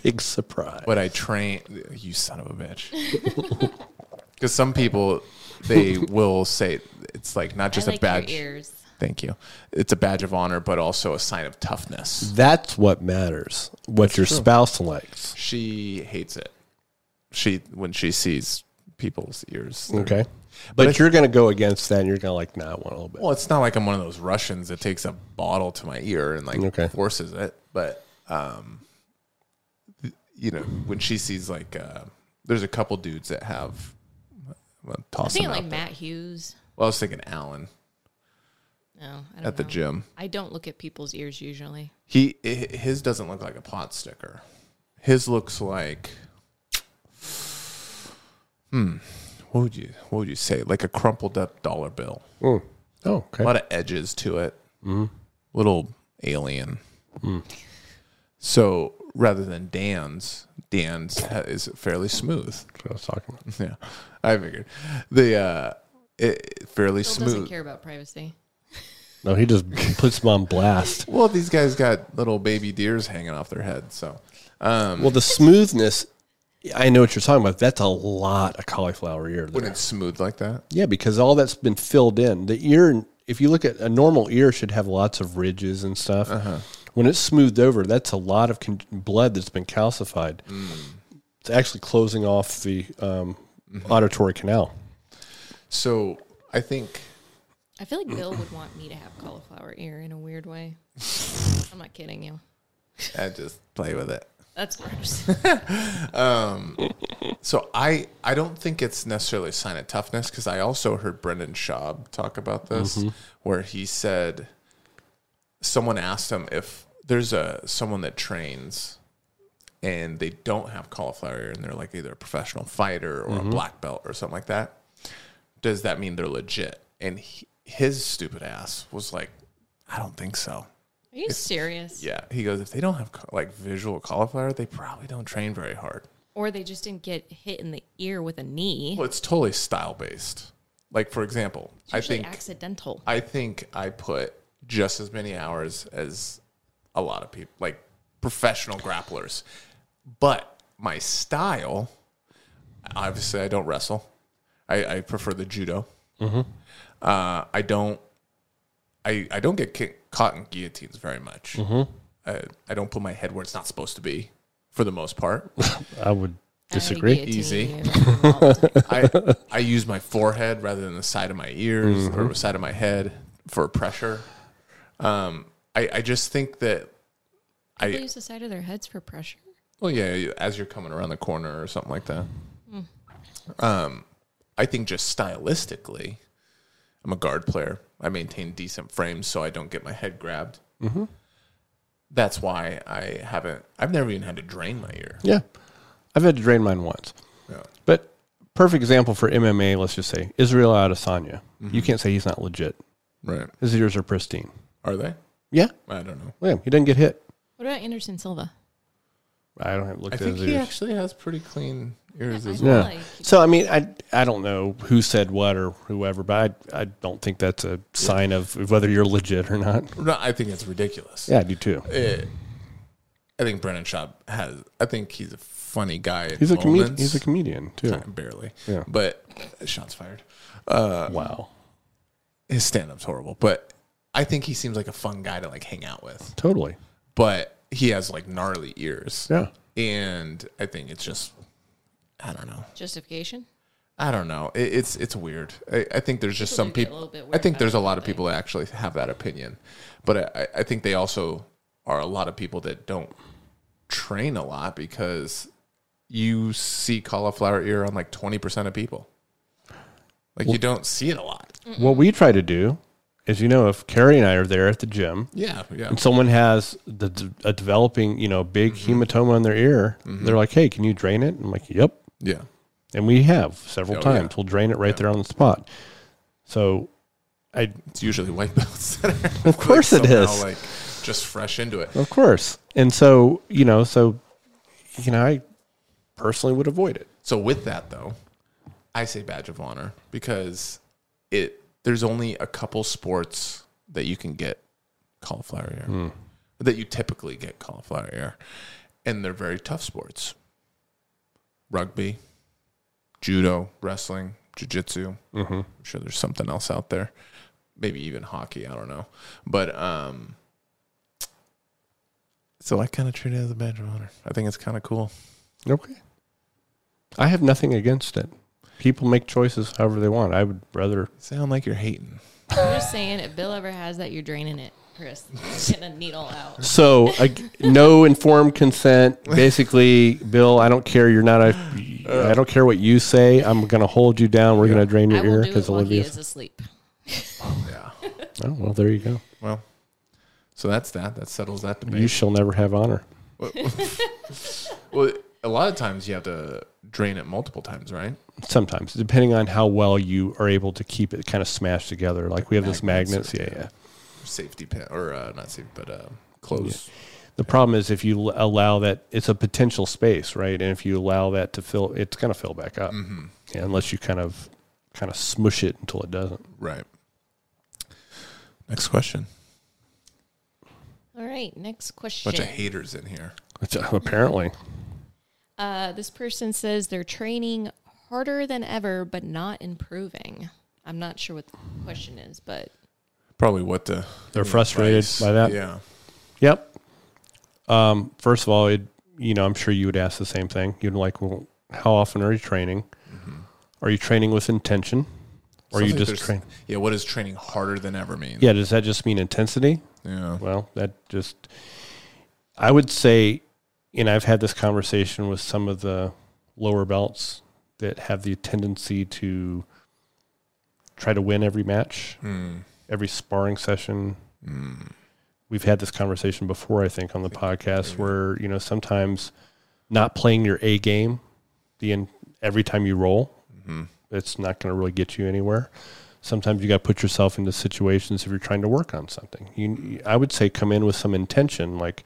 Big surprise.
but I train. You son of a bitch. Because some people, they will say it's like not just
I like
a badge.
your ears.
Thank you. It's a badge of honor, but also a sign of toughness.
That's what matters. What your spouse likes.
She hates it. She when she sees people's ears.
Okay. But,
if-
you're going to go against that and you're going to like, nah, I want a little bit.
Well, it's not like I'm one of those Russians that takes a bottle to my ear and like
Okay.
forces it, but um, th- you know, when she sees like uh, there's a couple dudes that have Well,
I'm
toss him
thinking
out
like
there.
Matt Hughes.
Well, I was thinking Allen
No, I don't
at the
know.
gym.
I don't look at people's ears usually.
He i- his doesn't look like a pot sticker. His looks like hmm. What would you What would you say? Like a crumpled up dollar bill.
Mm. Oh,
A
okay.
lot of edges to it. Little alien. So rather than Dan's, Dan's ha- is fairly smooth.
That's what I was talking about.
Yeah, I figured the uh, it, fairly
Bill doesn't
smooth.
care about privacy.
No, he just puts them on blast.
Well, these guys got little baby deers hanging off their head, so
Well, the smoothness, I know what you're talking about. That's a lot of cauliflower ear.
when
There.
it's smooth like that,
Yeah, because all that's been filled in. The ear, if you look at a normal ear, should have lots of ridges and stuff.
Uh-huh.
When it's smoothed over, that's a lot of con- blood that's been calcified.
Mm.
It's actually closing off the um,
Mm-hmm.
auditory canal.
so I think
I feel like Bill would want me to have cauliflower ear in a weird way. I'm not kidding you.
I just play with it.
That's gross.
So I I don't think it's necessarily a sign of toughness because I also heard Brendan Schaub talk about this where he said someone asked him if there's a someone that trains and they don't have cauliflower ear and they're like either a professional fighter or a black belt or something like that. Does that mean they're legit? And he, his stupid ass was like, I don't think so.
Are you serious?
Yeah, he goes if they don't have ca- like visual cauliflower, they probably don't train very hard.
Or they just didn't get hit in the ear with a knee.
Well, it's totally style based. Like for example, I
Usually
think
accidental.
I think I put just as many hours as a lot of people, like professional grapplers. But my style, obviously, I don't wrestle. I, I prefer the judo. Uh, I don't. I, I don't get kick, caught in guillotines very much. I, I don't put my head where it's not supposed to be, for the most part.
I
I would
already
disagree.
guillotine
Easy.
you all the time.
I I use my forehead rather than the side of my ears or the side of my head for pressure. Um, I I just think that
People
I
use the side of their heads for pressure.
well yeah as you're coming around the corner or something like that. Um, Mm. I think just stylistically, I'm a guard player. I maintain decent frames so I don't get my head grabbed. Mm-hmm. That's why I haven't. I've never even had to drain my ear.
Yeah. I've had to drain mine once.
Yeah.
But perfect example for MMA, let's just say Israel Adesanya.
Mm-hmm.
You can't say he's not legit.
Right?
His ears are pristine.
Are they?
Yeah.
I don't know.
Yeah. He didn't get hit.
What about Anderson Silva?
I don't have looked
I
at
think
his
he
ears.
actually has pretty clean ears as well.
Yeah.
Like-
so I mean, I I don't know who said what or whoever, but I I don't think that's a sign of whether you're legit or not.
No, I think it's ridiculous.
Yeah, I do too.
Eh, I think Brennan Schaub has. I think he's a funny guy. At
He's a comedian.
moments.
He's a comedian too.
Kinda barely.
Yeah.
But shots fired. Uh,
Wow,
His stand-up's horrible, but I think he seems like a fun guy to like hang out with.
totally.
But he has like gnarly ears,
Yeah,
and I think it's just. I don't know.
Justification?
I don't know. It, it's it's weird. I, I think there's just
People
some
do get a
people.
little bit
I
weird
think
about
there's
it,
a lot of
don't they?
people that actually have that opinion, but I, I think they also are a lot of people that don't train a lot because you see cauliflower ear on like twenty percent of people. Like you don't see it a lot.
Mm.
what we try to do is, you know, if Carrie and I are there at the gym,
Yeah, yeah.
and someone has the d- a developing, you know, big
Mm-hmm.
hematoma in their ear, they're like, "Hey, can you drain it?" I'm like, "Yep."
Yeah.
And we have several
Oh, yeah.
times. We'll drain it right there on the spot. So, I
It's usually white belts that are
Of course it
somehow,
is.
like just fresh into it.
Of course. And so, you know, so, you know, I personally would avoid it.
So with that though, I say badge of honor because it there's only a couple sports that you can get cauliflower ear that you typically get cauliflower ear, and they're very tough sports. Rugby, judo, wrestling, jujitsu. Mm-hmm. I'm sure there's something else out there, maybe even hockey. I don't know, but um. So I kind of treat it as a badge of honor. I think it's kind of cool.
Okay. I have nothing against it. People make choices however they want. I would rather.
Sound like you're hating.
I'm just saying, if Bill ever has that, you're draining it, Chris. Getting a needle out.
So, ag- no informed consent. Basically, Bill, I don't care. You're not a. I don't care what you say. I'm going to hold you down. We're going to drain
I
your ear
will do it
because
while he
Olivia's.
is asleep.
Oh, well, there you go.
Well, so that's that. That settles that
You
debate.
shall never have honor.
well, a lot of times you have to drain it multiple times, right?
Sometimes, depending on how well you are able to keep it kind of smashed together. Like we have this
Magnets,
magnets. Yeah, yeah.
Safety pin or uh, not safety, but uh, close.
The problem is if you l- allow that, it's a potential space, right? And if you allow that to fill, it's going to fill back up, yeah, unless you kind of, kind of smush it until it doesn't.
Right. Next question.
All right, next question.
Bunch of haters in here.
Which, uh, apparently,
Uh, this person says they're training harder than ever, but not improving. I'm not sure what the question is, but
Probably what the
They're frustrated by that?
Yeah.
Yep. Um, first of all, it, you know, I'm sure you would ask the same thing. You'd like, well, how often are you training? Are you training with intention, or are you
Sounds like
just
there's-
train?
Yeah. What does training harder than ever mean?
Yeah. Does that just mean intensity?
Yeah.
Well, that just, I would say, and I've had this conversation with some of the lower belts that have the tendency to try to win every match,
Hmm.
every sparring session. We've had this conversation before, I think, on the podcast where, you know, sometimes not playing your A game the in, every time you roll, it's not going to really get you anywhere sometimes you got to put yourself into situations if you're trying to work on something. You, I would say come in with some intention, like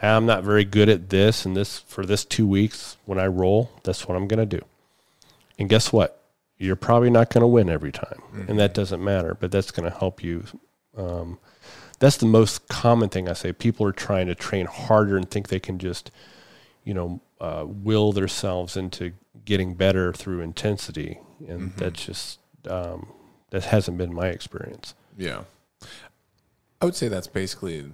I'm not very good at this, and this for this two weeks when I roll, that's what I'm going to do. And guess what? You're probably not going to win every time,
Hmm.
and that doesn't matter. But that's going to help you. Um, that's the most common thing I say. People are trying to train harder and think they can just, you know, uh, will themselves into getting better through intensity, and that's just um, that hasn't been my experience.
Yeah. I would say that's basically a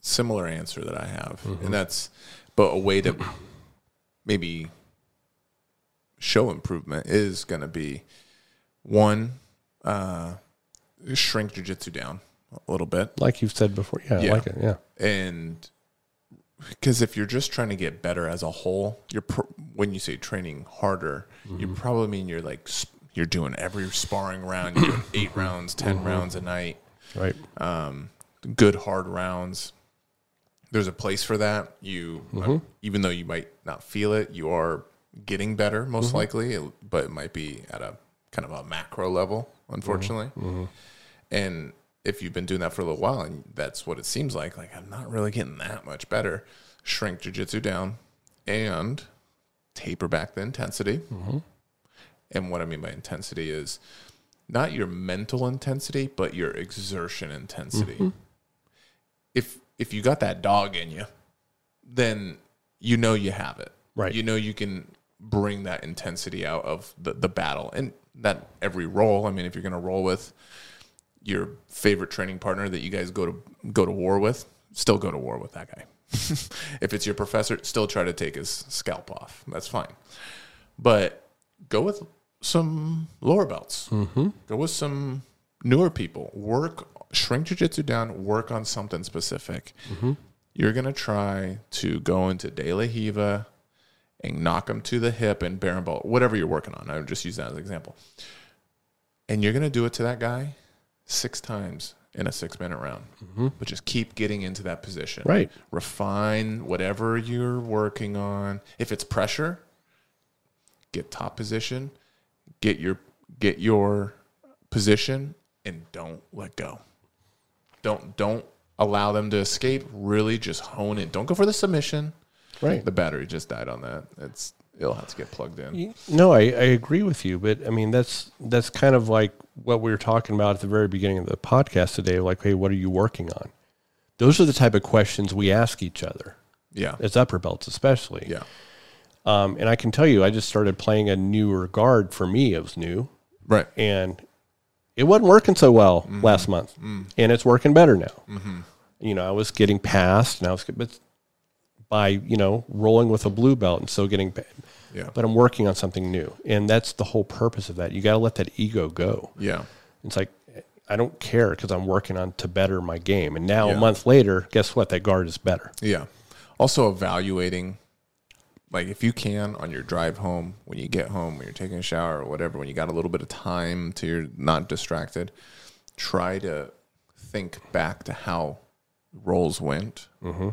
similar answer that I have. And that's but a way to maybe show improvement is going to be one uh shrink jujitsu down a little bit
Like you've said before, yeah,
Yeah.
I like it, yeah.
and because if you're just trying to get better as a whole, you're pr- when you say training harder, you probably mean you're like sp- you're doing every sparring round, you're doing eight rounds, 10 rounds a night,
Right.
good hard rounds. There's a place for that. You, uh, even though you might not feel it, you are getting better most likely, it- but it might be at a kind of a macro level, unfortunately. And if you've been doing that for a little while and that's what it seems like, like I'm not really getting that much better, shrink jujitsu down and taper back the intensity. And what I mean by intensity is not your mental intensity, but your exertion intensity. If if you got that dog in you, then you know you have it.
Right.
You know you can bring that intensity out of the, the battle. And that every roll, I mean, if you're gonna roll with your favorite training partner that you guys go to go to war with, still go to war with that guy. if it's your professor, still try to take his scalp off. That's fine. But go with some lower belts. Mm-hmm. Go with some newer people. Work shrink jujitsu down. Work on something specific. You're gonna try to go into De La Hiva and knock him to the hip and Barenbolt, whatever you're working on. I would just use that as an example. And you're gonna do it to that guy six times in a six minute round, but just keep getting into that position.
Right.
Refine whatever you're working on. If it's pressure, get top position, get your get your position, and don't let go. Don't don't allow them to escape. Really, just hone it. Don't go for the submission.
Right.
The battery just died on that. It's it'll have to get plugged in.
No, I, I agree with you, but I mean that's that's kind of like what we were talking about at the very beginning of the podcast today. Like, hey, what are you working on? Those are the type of questions we ask each other
Yeah,
as upper belts, especially.
yeah,
Um, and I can tell you, I just started playing a newer guard. For me, it was new.
right.
and it wasn't working so well last month, and it's working better now. You know, I was getting past, and I was get- but by you know rolling with a blue belt and still getting, pa-
Yeah,
but I'm working on something new, and that's the whole purpose of that. You got to let that ego go.
yeah,
It's like I don't care because I'm working on to better my game, and now
Yeah.
a month later, guess what? That guard is better.
yeah. Also evaluating like if you can on your drive home, when you get home, when you're taking a shower or whatever, when you got a little bit of time to you're not distracted, try to think back to how roles went, mm-hmm.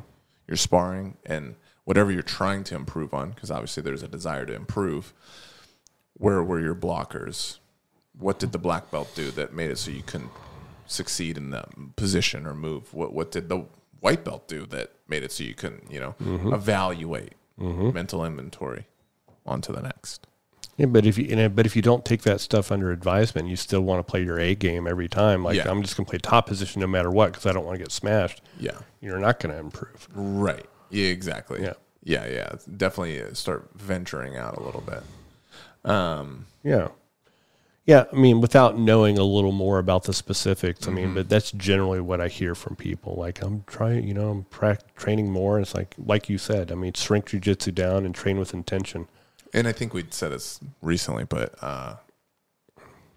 your sparring, and whatever you're trying to improve on, because obviously there's a desire to improve. Where were your blockers? What did the black belt do that made it so you couldn't succeed in that position or move? What what did the white belt do that made it so you couldn't, you know, evaluate mental inventory onto the next?
Yeah, but if you and, but if you don't take that stuff under advisement, you still want to play your A game every time. Like
Yeah.
I'm just gonna play top position no matter what because I don't want to get smashed.
Yeah.
You're not gonna improve.
Right. Yeah, exactly.
Yeah.
Yeah, yeah. Definitely uh, start venturing out a little bit.
Yeah. Yeah, I mean, without knowing a little more about the specifics, I mean, but that's generally what I hear from people. Like, I'm trying, you know, I'm prac- training more. It's like, like you said, I mean, shrink jujitsu down and train with intention.
And I think we said this recently, but uh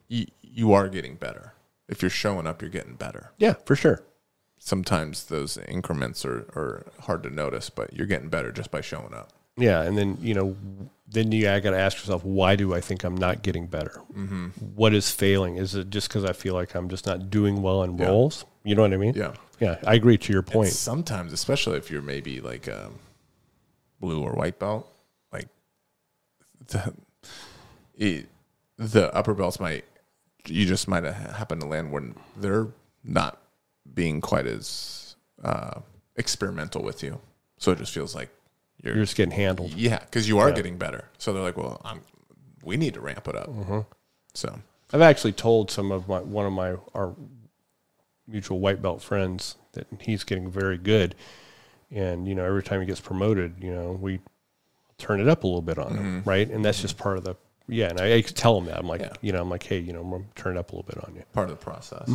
you you are getting better. If you're showing up, you're getting better.
Yeah, for sure.
Sometimes those increments are, are hard to notice, but you're getting better just by showing up.
Yeah, and then you know, then you I got to ask yourself, why do I think I'm not getting better? What is failing? Is it just because I feel like I'm just not doing well in roles? You know what I mean?
Yeah.
yeah, I agree to your point.
Sometimes, especially if you're maybe like a blue or white belt, like the it, the upper belts might you just might have happened to land when they're not being quite as uh, experimental with you, so it just feels like you're,
You're just getting handled.
yeah, because you are getting better. So they're like, well, I'm we need to ramp it up. So
I've actually told some of my one of my our mutual white belt friends that he's getting very good, and you know every time he gets promoted, you know we turn it up a little bit on him, right? And that's just part of the yeah. And I, I tell him that I'm like
Yeah.
you know I'm like hey you know I'm gonna turn it up a little bit on you.
part of the process.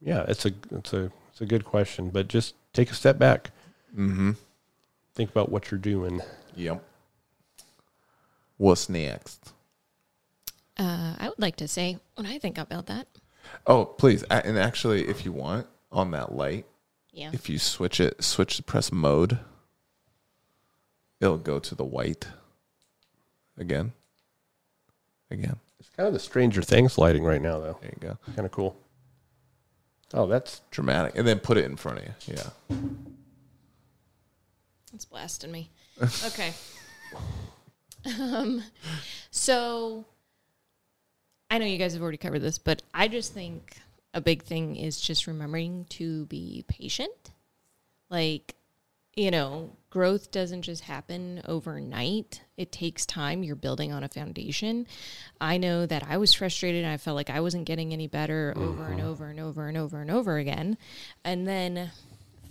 Yeah, it's a it's a it's a good question, but just take a step back.
Mm-hmm.
Think about what you're doing.
Yep. What's next?
Uh, I would like to say what I think about that.
Oh, please. A- And actually, if you want on that light,
Yeah.
if you switch it, switch to press mode, it'll go to the white again. Again.
It's kind of the Stranger Things lighting right now, though.
There you go.
Kind of cool. Oh, that's
Dramatic. And then put it in front of you. Yeah.
It's blasting me. Okay. um, so I know you guys have already covered this, but I just think a big thing is just remembering to be patient. Like, you know, growth doesn't just happen overnight. It takes time. You're building on a foundation. I know that I was frustrated and I felt like I wasn't getting any better over and over and over and over and over again. And then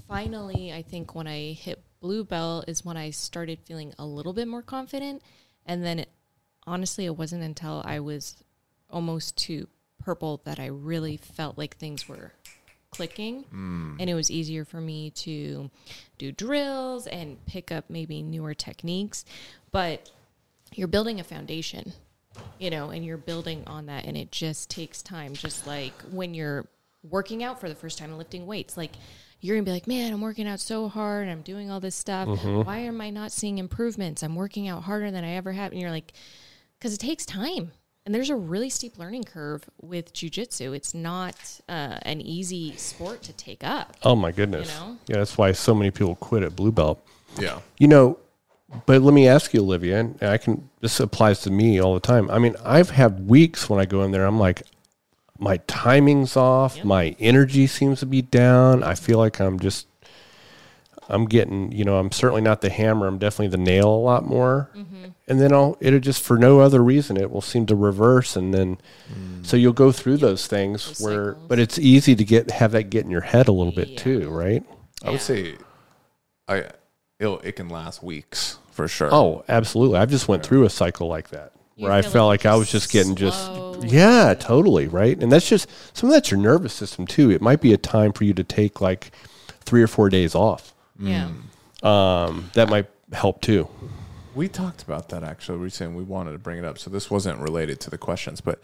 finally, I think when I hit blue belt is when I started feeling a little bit more confident. And then it, honestly, it wasn't until I was almost to purple that I really felt like things were clicking and it was easier for me to do drills and pick up maybe newer techniques but you're building a foundation you know and you're building on that and it just takes time just like when you're working out for the first time and lifting weights like you're gonna be like man i'm working out so hard and i'm doing all this stuff
Mm-hmm.
why am i not seeing improvements i'm working out harder than i ever have and you're like because it takes time and there's a really steep learning curve with jujitsu it's not uh, an easy sport to take up
oh my goodness.
You know?
Yeah, that's why so many people quit at blue belt.
Yeah.
You know, but let me ask you, Olivia, and I can. This applies to me all the time. I mean, I've had weeks when I go in there, I'm like, my timing's off, my energy seems to be down. I feel like I'm just, I'm getting, you know, I'm certainly not the hammer. I'm definitely the nail a lot more.
Mm-hmm.
And then I'll, it'll just for no other reason, it will seem to reverse, and then, so you'll go through those things
Those
where,
cycles.
but it's easy to get have that get in your head a little bit
Yeah.
too, right?
I would say I it'll, it can last weeks for sure.
Oh, absolutely. I've just went through a cycle like that
You
where I
feel
felt
like
like, I was just getting
slow.
just yeah, totally, right? And that's just some of that's your nervous system too. It might be a time for you to take like 3 or 4 days off.
Mm.
yeah
Um that might help too.
We talked about that actually. We were saying we wanted to bring it up. So this wasn't related to the questions, but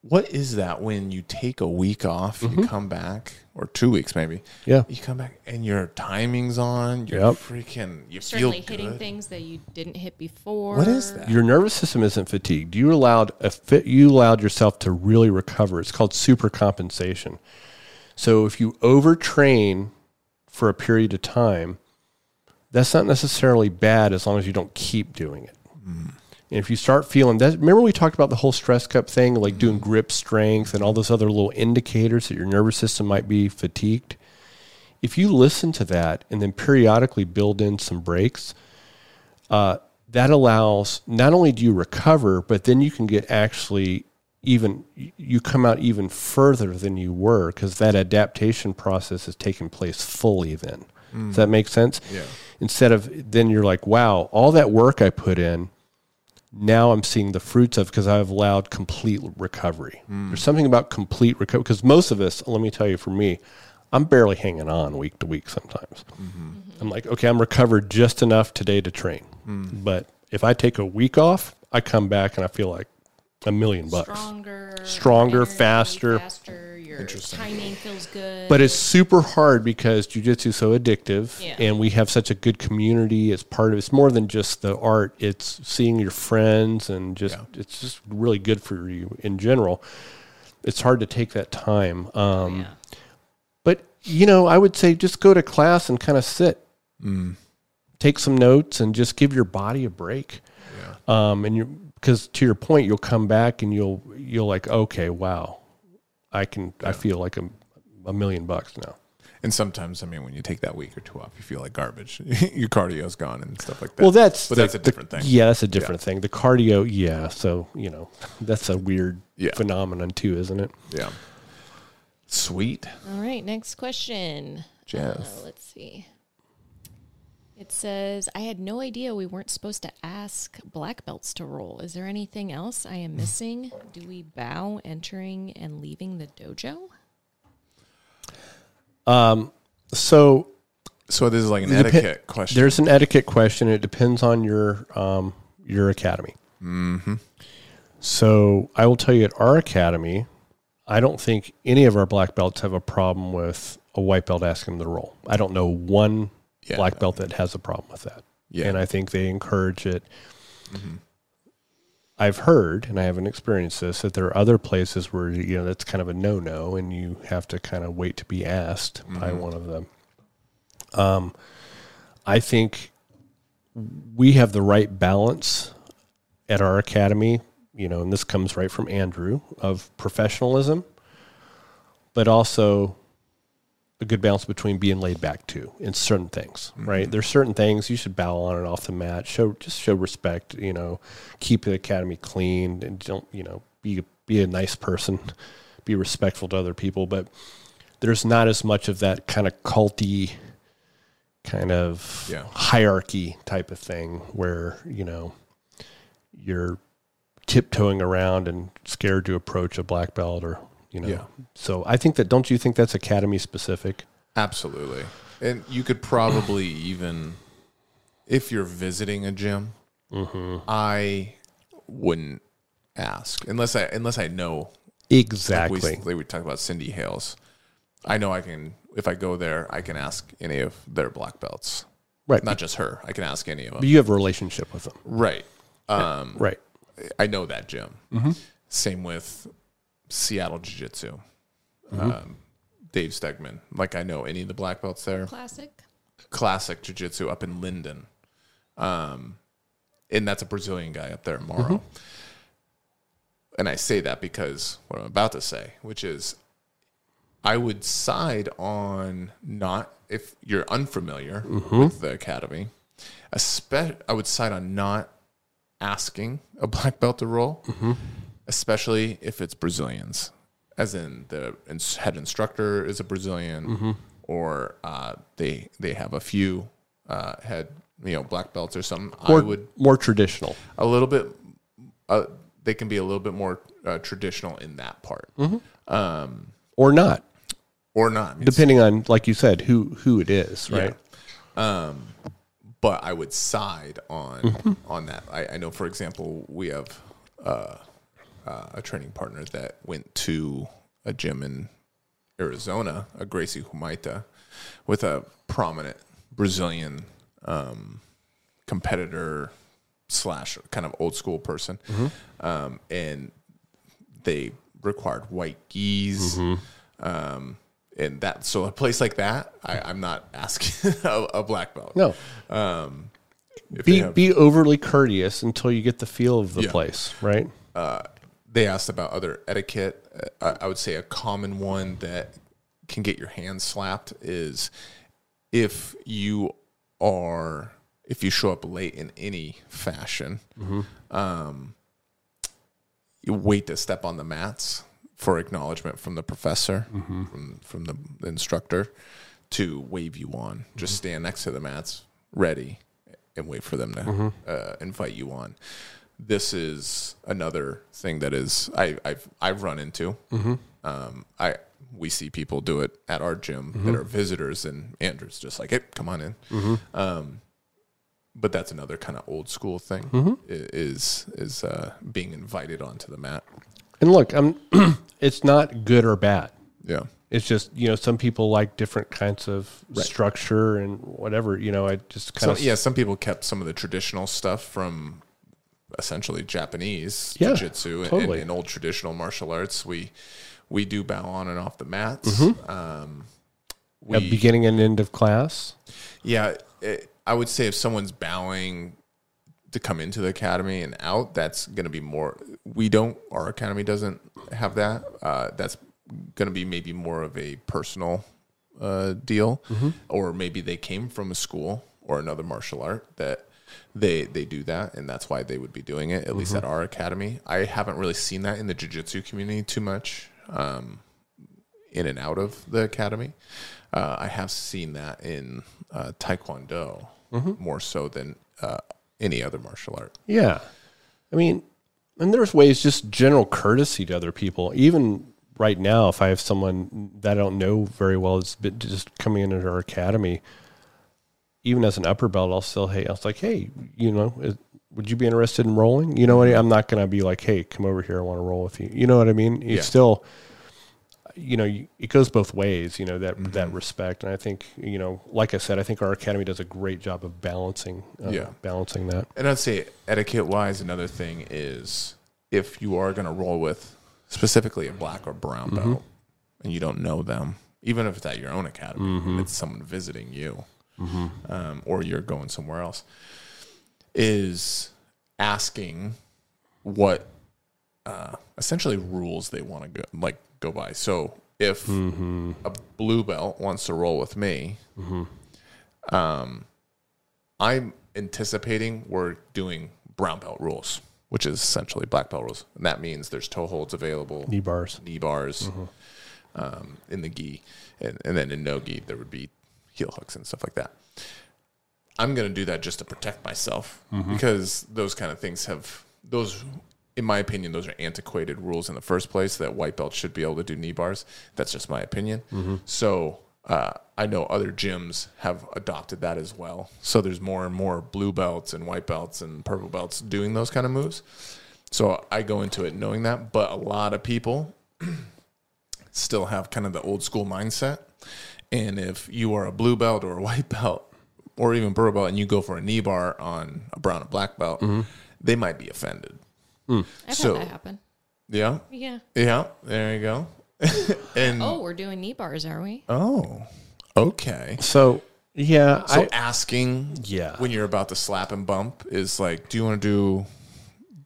what is that when you take a week off, you come back, or two weeks maybe,
Yeah.
you come back and your timing's on, you're
Yep.
freaking, you
Certainly
feel
hitting
good.
things that you didn't hit before.
What is that?
Your nervous system isn't fatigued. You allowed a fit, you allowed yourself to really recover. It's called supercompensation. So if you overtrain for a period of time, that's not necessarily bad as long as you don't keep doing it. And if you start feeling that, remember we talked about the whole stress cup thing, like doing grip strength and all those other little indicators that your nervous system might be fatigued. If you listen to that and then periodically build in some breaks, uh, that allows not only do you recover, but then you can get actually even you come out even further than you were because that adaptation process has taken place fully then. Does that make sense?
Yeah.
Instead of then you're like, wow, all that work I put in, now I'm seeing the fruits of because I've allowed complete recovery. There's something about complete recovery because most of us, let me tell you, for me, I'm barely hanging on week to week sometimes. I'm like, okay, I'm recovered just enough today to train. But if I take a week off, I come back and I feel like a million bucks.
Stronger,
Stronger,
energy,
faster.
faster. Your timing feels good.
But it's super hard because jujitsu is so addictive,
Yeah.
and we have such a good community. It's part of it's more than just the art. It's seeing your friends, and just it's just really good for you in general. It's hard to take that time, um,
yeah.
but you know, I would say just go to class and kind of sit,
Mm,
take some notes, and just give your body a break. Um, and you because to your point, you'll come back and you'll you'll like, okay, wow, I can I feel like a, a million bucks now.
And sometimes, I mean, when you take that week or two off, you feel like garbage. your cardio's gone and stuff like that.
Well, that's
but
the-
that's a
the-
different thing.
Yeah, that's a different thing. The cardio, yeah. So you know, that's a weird
Yeah.
phenomenon too, isn't it?
Yeah. Sweet.
All right, next question.
Jeff.
Uh, let's see. It says, I had no idea we weren't supposed to ask black belts to roll. Is there anything else I am missing? Do we bow entering and leaving the dojo?
So
So this is like an
It depe-
etiquette question.
There's an etiquette question. It depends on your um, your academy. Mm-hmm. So I will tell you at our academy, I don't think any of our black belts have a problem with a white belt asking them to roll. I don't know one
Yeah.
black belt that has a problem with that.
Yeah.
And I think they encourage it. I've heard, and I haven't experienced this, that there are other places where you know that's kind of a no-no, and you have to kind of wait to be asked by one of them. Um, I think we have the right balance at our academy, you know, and this comes right from Andrew of professionalism, but also a good balance between being laid back too in certain things, right? There's certain things you should bow on and off the mat, show just show respect, you know, keep the academy clean and don't, you know, be be a nice person, be respectful to other people, but there's not as much of that kind of culty kind of
Yeah.
hierarchy type of thing where, you know, you're tiptoeing around and scared to approach a black belt or you know.
Yeah.
So I think that don't you think that's academy specific?
Absolutely. And you could probably even, if you're visiting a gym,
Mm-hmm.
I wouldn't ask unless I unless I know.
Exactly.
We, like we talked about Cindy Hales. I know I can if I go there, I can ask any of their black belts,
right.
not just her. I can ask any of
but
them.
you have a relationship with them.
Right. Um,
Right.
I know that gym. Same with Seattle Jiu Jitsu. Um, Dave Stegman. Like I know any of the black belts there.
Classic.
classic jiu-jitsu up in Linden. Um, and that's a Brazilian guy up there, Mauro. And I say that because what I'm about to say, which is I would side on not if you're unfamiliar with the academy, espe- I would side on not asking a black belt to roll, especially if it's Brazilians, as in the ins- head instructor is a Brazilian, or uh, they they have a few uh, head you know black belts or something.
Or
I would
more traditional.
a little bit. Uh, they can be a little bit more uh, traditional in that part,
Or not,
or not. I mean,
depending on like you said, who who it is,
Yeah.
right?
but I
Mm-hmm.
would side on on that. I, I know, for example, we have uh, uh, a training partner that went to a gym in Arizona, a Gracie Humaita, with a prominent Brazilian um, competitor slash kind of old school person,
Mm-hmm.
um, and they required white geese.
Mm-hmm.
Um, and that, so a place like that, I, I'm not asking a, a black belt.
No,
If they
be
have-
be overly courteous until you get the feel of the
Yeah.
place, right?
they asked about other etiquette. Uh, I I would say a common one that can get your hands slapped is if you are if you show up late in any fashion, um, you wait to step on the mats for acknowledgement from the professor, from from the instructor, to wave you on. Just stand next to the mats, ready, and wait for them to uh, invite you on. This is another thing that is I, I've I've run into. Um, I we see people do it at our gym that are visitors, and Andrew's just like, "Hey, come on in." Um, but that's another kind of old school thing i- is is uh, being invited onto the mat.
And look, I'm. it's not good or bad.
Yeah,
It's just you know some people like different kinds of structure and whatever. You know, I just kind
so,
of
yeah. Some people kept some of the traditional stuff from essentially Japanese
Yeah,
jiu-jitsu
totally.
and, and old traditional martial arts. We we do bow on and off the mats. Um, we,
Mm-hmm. at beginning and end of class.
Yeah, it, I would say if someone's bowing to come into the academy and out, that's going to be more. We don't. Our academy doesn't have that. Uh, that's going to be maybe more of a personal uh, deal, or maybe they came from a school or another martial art that they they do that, and that's why they would be doing it. At least at our academy, I haven't really seen that in the jiu-jitsu community too much. Um, in and out of the academy. Uh, I have seen that in uh, Taekwondo more so than uh, any other martial art.
Yeah. I mean, and there's ways just general courtesy to other people. Even right now, if I have someone that I don't know very well is been- just coming into our academy, even as an upper belt, I'll still, hey, I was like, hey, you know, is, would you be interested in rolling? You know what? I- I'm not going to be like, hey, come over here. I want to roll with you. You know what I mean? It's
Yeah.
still, you know, you- it goes both ways, you know, that,
Mm-hmm.
that respect. And I think, you know, like I said, I think our academy does a great job of balancing, uh,
Yeah.
balancing that.
And I'd say etiquette wise, another thing is if you are going to roll with specifically a black or brown belt and you don't know them, even if it's at your own academy, it's someone visiting you um, or you're going somewhere else, is asking what uh, essentially rules they want to go like go by. So if a blue belt wants to roll with me, um, I'm anticipating we're doing brown belt rules, which is essentially black belt rules, and that means there's toe holds available,
Knee E bars.
knee bars um, in the gi, and, and then in no gi there would be heel hooks and stuff like that. I'm going to do that just to protect myself because those kind of things have those. In my opinion, those are antiquated rules in the first place. That white belts should be able to do knee bars. That's just my opinion. So uh, I know other gyms have adopted that as well. So there's more and more blue belts and white belts and purple belts doing those kind of moves. So I go into it knowing that, but a lot of people still have kind of the old school mindset. And if you are a blue belt or a white belt or even purple belt and you go for a knee bar on a brown and black belt, they might be offended.
I've
So-
had that happen.
Yeah.
Yeah.
Yeah. There you go. and
Oh,
oh.
we're doing knee bars, are we?
okay.
So yeah,
So
I
asking
Yeah.
when you're about to slap and bump is like, do you want to do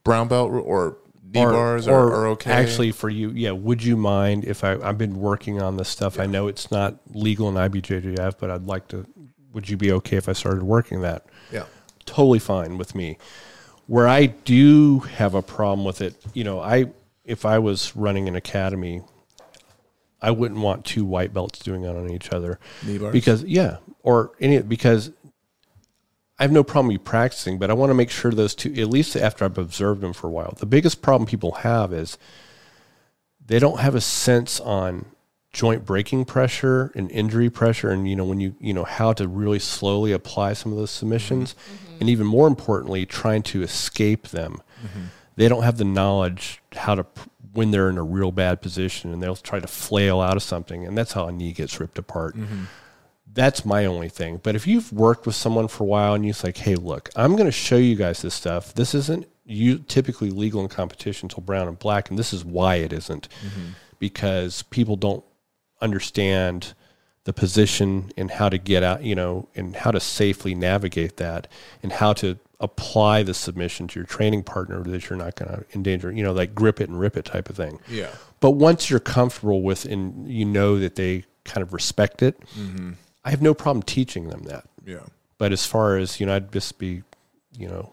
brown belt or knee bars or, or okay?
Actually, for you, yeah. Would you mind if I? I've been working on this stuff. I know it's not legal in IBJJF, but I'd like to. Would you be okay if I started working that?
yeah.
totally fine with me. Where I do have a problem with it, you know, I if I was running an academy, I wouldn't want two white belts doing it on each other.
Knee bars?
Because yeah, or any because I have no problem you practicing, but I want to make sure those two at least after I've observed them for a while. The biggest problem people have is they don't have a sense on joint breaking pressure and injury pressure and you know when you you know how to really slowly apply some of those submissions and even more importantly trying to escape them they don't have the knowledge how to p- when they're in a real bad position and they'll try to flail out of something and that's how a knee gets ripped apart that's my only thing but if you've worked with someone for a while and you're like hey look i'm going to show you guys this stuff this isn't you typically legal in competition till brown and black and this is why it isn't. because people don't understand the position and how to get out, you know, and how to safely navigate that and how to apply the submission to your training partner that you're not going to endanger, you know, like grip it and rip it type of thing.
Yeah.
But once you're comfortable with and you know that they kind of respect it,
Mm-hmm.
I have no problem teaching them that.
Yeah.
But as far as, you know, I'd just be, you know,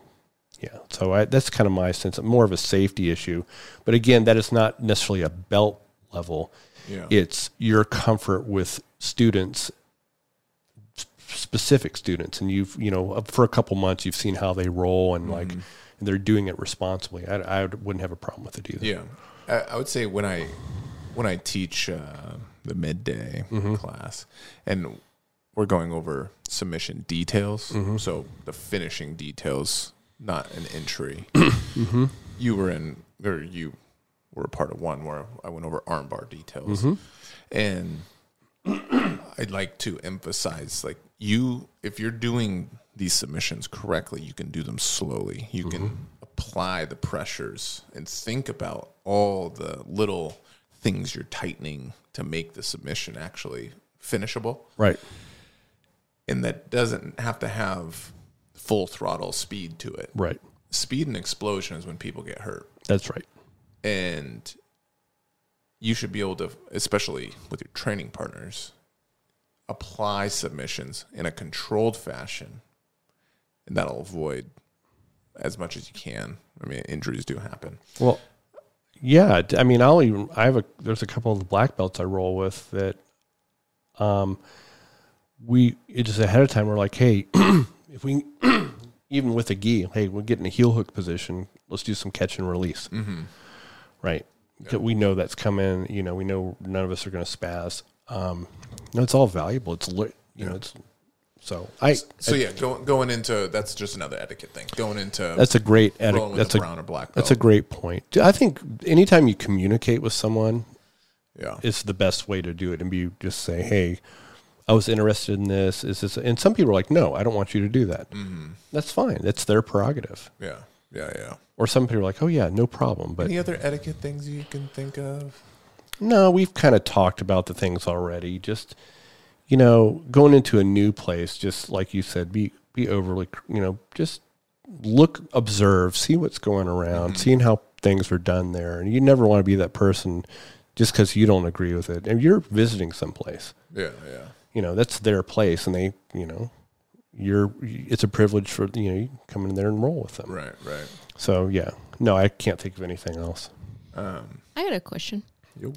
yeah. So I, that's kind of my sense, more of a safety issue. But again, that is not necessarily a belt level
Yeah.
it's your comfort with students s- specific students and you've you know for a couple months you've seen how they roll and
Mm-hmm.
like and they're doing it responsibly I, I wouldn't have a problem with it either
Yeah, I, I would say when I when I teach uh, the midday class, and we're going over submission details, so the finishing details, not an entry. You were in, or you were a part of one where I went over armbar details, and I'd like to emphasize like you if you're doing these submissions correctly, you can do them slowly. You can apply the pressures and think about all the little things you're tightening to make the submission actually finishable.
right
And that doesn't have to have full throttle speed to it.
right
Speed and explosion is when people get hurt
that's right
and you should be able to especially with your training partners apply submissions in a controlled fashion and that'll avoid as much as you can i mean injuries do happen
well yeah d- i mean i'll even i have a there's a couple of the black belts i roll with that um we it just ahead of time we're like hey if we even with a gi hey we're getting a heel hook position let's do some catch and release
Mm-hmm.
right? That We know that's coming. You know, we know none of us are going to spaz. Um, no, it's all valuable. It's li- you know, it's so I.
so yeah go, going into that's just another etiquette thing going into
That's a great. eti-
rolling with
that's
a
a
brown or black
that's a
belt.
great point. Do- I think anytime you communicate with someone,
yeah
it's the best way to do it, and you just say, "Hey, I was interested in this. Is this?" And some people are like, "No, I don't want you to do that." That's fine. That's their prerogative.
yeah yeah yeah
Or some people are like, "Oh yeah, no problem." But
any other etiquette things you can think of
No, we've kind of talked about the things already. Just you know, going into a new place, just like you said, be be overly, you know, just look, observe, see what's going around, seeing how things are done there, and you never want to be that person just because you don't agree with it. And you're visiting someplace,
yeah yeah
you know, that's their place, and they, you know, you're it's a privilege for you know you come in there and roll with them.
right right
So yeah, no, I can't think of anything else.
Um,
I got a question.
Yep.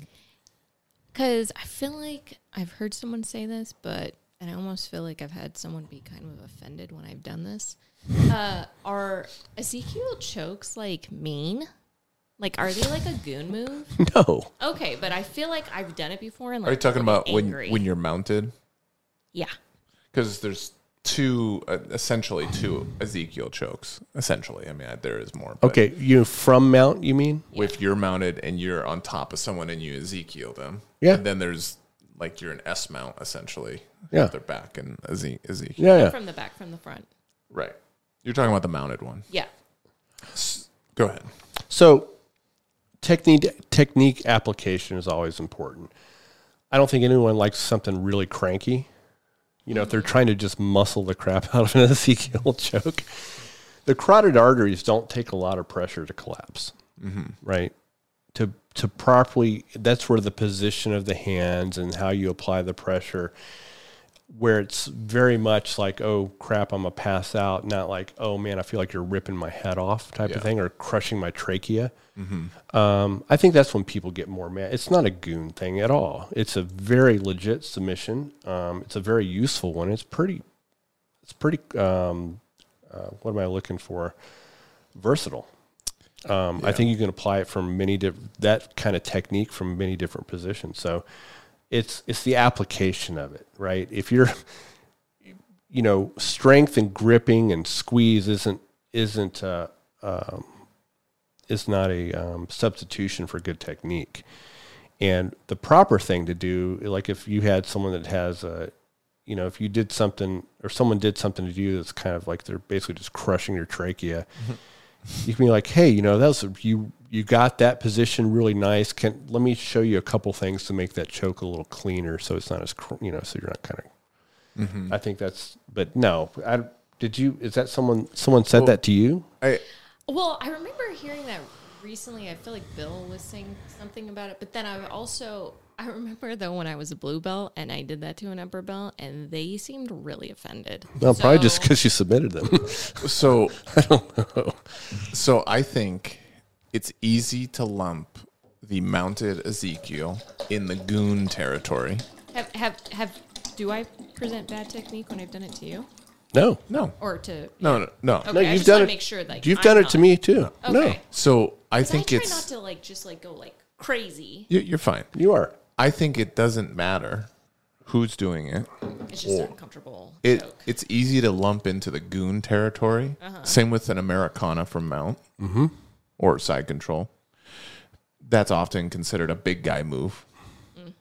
Because I feel like I've heard someone say this, but and I almost feel like I've had someone be kind of offended when I've done this. Uh, are Ezekiel chokes like mean? Like, are they like a goon move?
No,
Okay, but I feel like I've done it before. And like,
are you talking
really
about when
angry.
when you're mounted
yeah,
because there's two uh, essentially two Ezekiel chokes. Essentially, I mean I- there is more. but
okay, you from Mount, you mean?
if you're mounted and you're on top of someone and you Ezekiel them,
Yeah.
And then there's like you're an S mount essentially.
Yeah.
they're back and Eze- Ezekiel.
Yeah, yeah.
from the back, from the front.
Right. You're talking about the mounted one.
Yeah,
Go ahead.
So technique technique application is always important. I don't think anyone likes something really cranky. You know, if they're trying to just muscle the crap out of an Ezekiel choke, the carotid arteries don't take a lot of pressure to collapse, right? To to properly, that's where the position of the hands and how you apply the pressure, where it's very much like, oh crap, I'm a pass out, not like, oh man, I feel like you're ripping my head off type
Yeah.
of thing or crushing my trachea. Um, I think that's when people get more mad. It's not a goon thing at all. It's a very legit submission. Um, it's a very useful one. It's pretty. It's pretty. Um, uh, what am I looking for? Versatile. Um, I think you can apply it from many different that kind of technique from many different positions. So it's it's the application of it, right? If you're you know strength and gripping and squeeze isn't isn't uh, um, is not a um, substitution for good technique. And the proper thing to do, like if you had someone that has a, you know, if you did something or someone did something to you that's kind of like they're basically just crushing your trachea, you can be like, hey, you know, that was you you got that position really nice. Can let me show you a couple things to make that choke a little cleaner, so it's not as cr- you know, so you're not kind of. I think that's, but no, I did you is that someone someone said that to you?
I,
Well, I remember hearing that recently. I feel like Bill was saying something about it, but then I also I remember though when I was a blue belt and I did that to an upper belt, and they seemed really offended.
No, probably just
So-
because you submitted them.
so I don't know. So I think it's easy to lump the mounted Ezekiel in the goon territory.
have have have. Do I present bad technique when I've done it to you
no,
No,
or to?
no, no. no.
Okay,
no,
I
you've
just
done
wanna
it.
Make sure, like
you've
I'm
done it
not-
to me too. No,
Okay.
So I
I,
think
try
it's
not to like just like go like crazy.
you- you're fine.
you are.
I think it doesn't matter who's doing it.
It's just uncomfortable.
It
joke.
it's easy to lump into the goon territory. Same with an Americana from mount or side control. That's often considered a big guy move,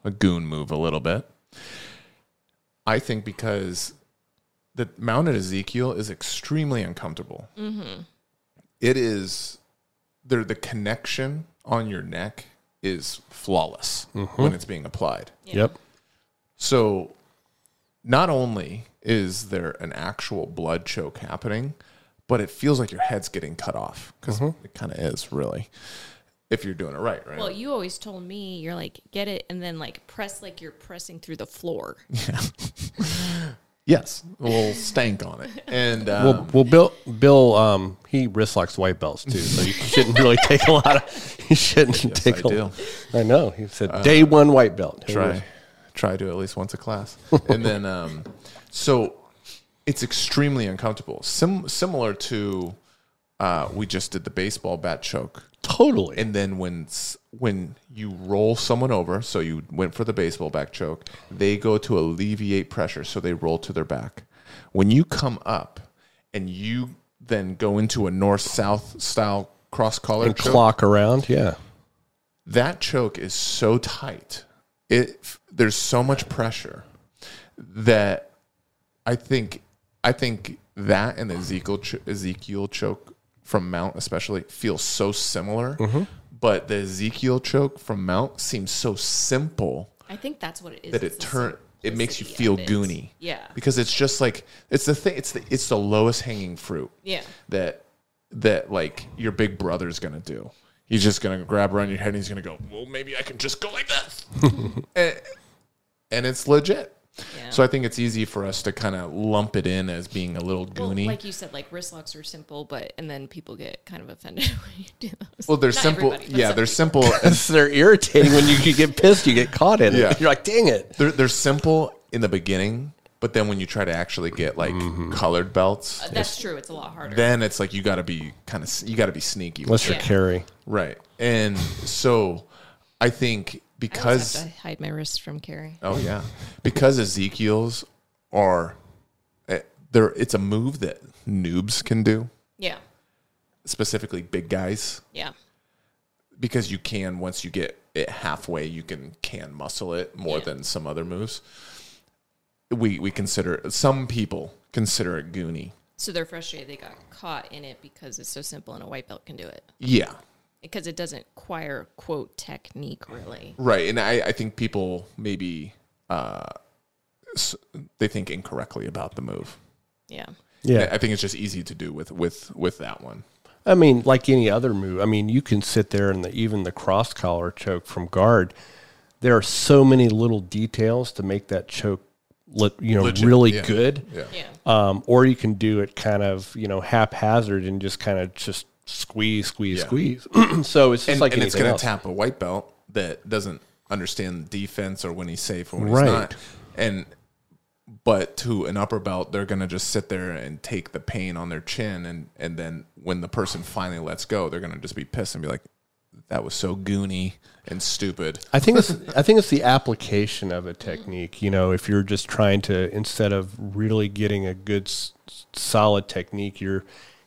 a goon move, a little bit. I think because the mounted Ezekiel is extremely uncomfortable. It is there the connection on your neck is flawless when it's being applied.
Yep.
So not only is there an actual blood choke happening, but it feels like your head's getting cut off because it kind of is really if you're doing it right, right?
Well, you always told me you're like get it and then like press like you're pressing through the floor.
yes, a little stank on it. And um,
Well, well, Bill, Bill, um, he wrist locks white belts too, so you shouldn't really take a lot of. You shouldn't take
I
a.
do.
I Uh, know. He said day one white belt. Here it
try
is.
try to at least once a class and then um so it's extremely uncomfortable Sim- similar to uh we just did the baseball bat choke
Totally.
and then when s- when you roll someone over so you went for the baseball back choke they go to alleviate pressure so they roll to their back when you come up and you then go into a north south style cross collar
and
choke,
clock around. Yeah.
that choke is so tight. It there's so much pressure that I think I think that and the Ezekiel ch- Ezekiel choke from Mount especially feels so similar, but the Ezekiel choke from Mount seems so simple
I think that's what it is.
that
it's
it
the
turn it makes you
simplicity
feel
of it.
goony.
Yeah.
because it's just like it's the thing. It's the it's the lowest hanging fruit
Yeah.
that that like your big brother's gonna do. He's just gonna grab around your head and he's gonna go, Well, maybe I can just go like this. and, and it's legit.
Yeah.
So I think it's easy for us to kind of lump it in as being a little
Well,
goony. Well,
like you said, like wrist locks are simple, but and then people get kind of offended when you do those.
they're
Not
simple.
everybody, but
Yeah,
some
they're
people.
simple.
They're irritating when you get pissed. You get caught in it.
Yeah.
You're like, dang it.
they're, they're simple in the beginning, but then when you try to actually get like colored belts,
Uh, That's true. It's a lot harder.
then it's like you got to be kind of you got to be sneaky. with
Unless
it.
you're
Yeah.
Carrie.
Right. And so I think
I always
because
have to hide my wrists from Carrie.
Oh yeah, because Ezekiel's are eh, they're It's a move that noobs can do,
Yeah.
specifically big guys,
Yeah.
because you can once you get it halfway, you can can muscle it more
Yeah.
than some other moves. We we consider some people consider it goony.
So they're frustrated they got caught in it because it's so simple and a white belt can do it.
Yeah,
Because it doesn't require quote technique really.
right. And I I think people maybe uh s- they think incorrectly about the move.
Yeah.
Yeah.
I think it's just easy to do with with with that one.
I mean, like any other move. I mean, you can sit there and the, even the cross collar choke from guard. There are so many little details to make that choke, le- you know,
Legit,
really
yeah.
good.
Yeah.
um, or you can do it kind of you know haphazard and just kind of just squeeze, squeeze,
Yeah.
squeeze. so it's just
and,
like
and it's
anything
going to
else.
tap a white belt that doesn't understand defense or when he's safe or when
Right.
he's not. And but to an upper belt, they're going to just sit there and take the pain on their chin, and and then when the person finally lets go, they're going to just be pissed and be like, "That was so goony and stupid."
I think it's I think it's the application of a technique. You know, if you're just trying to instead of really getting a good s- solid technique, you're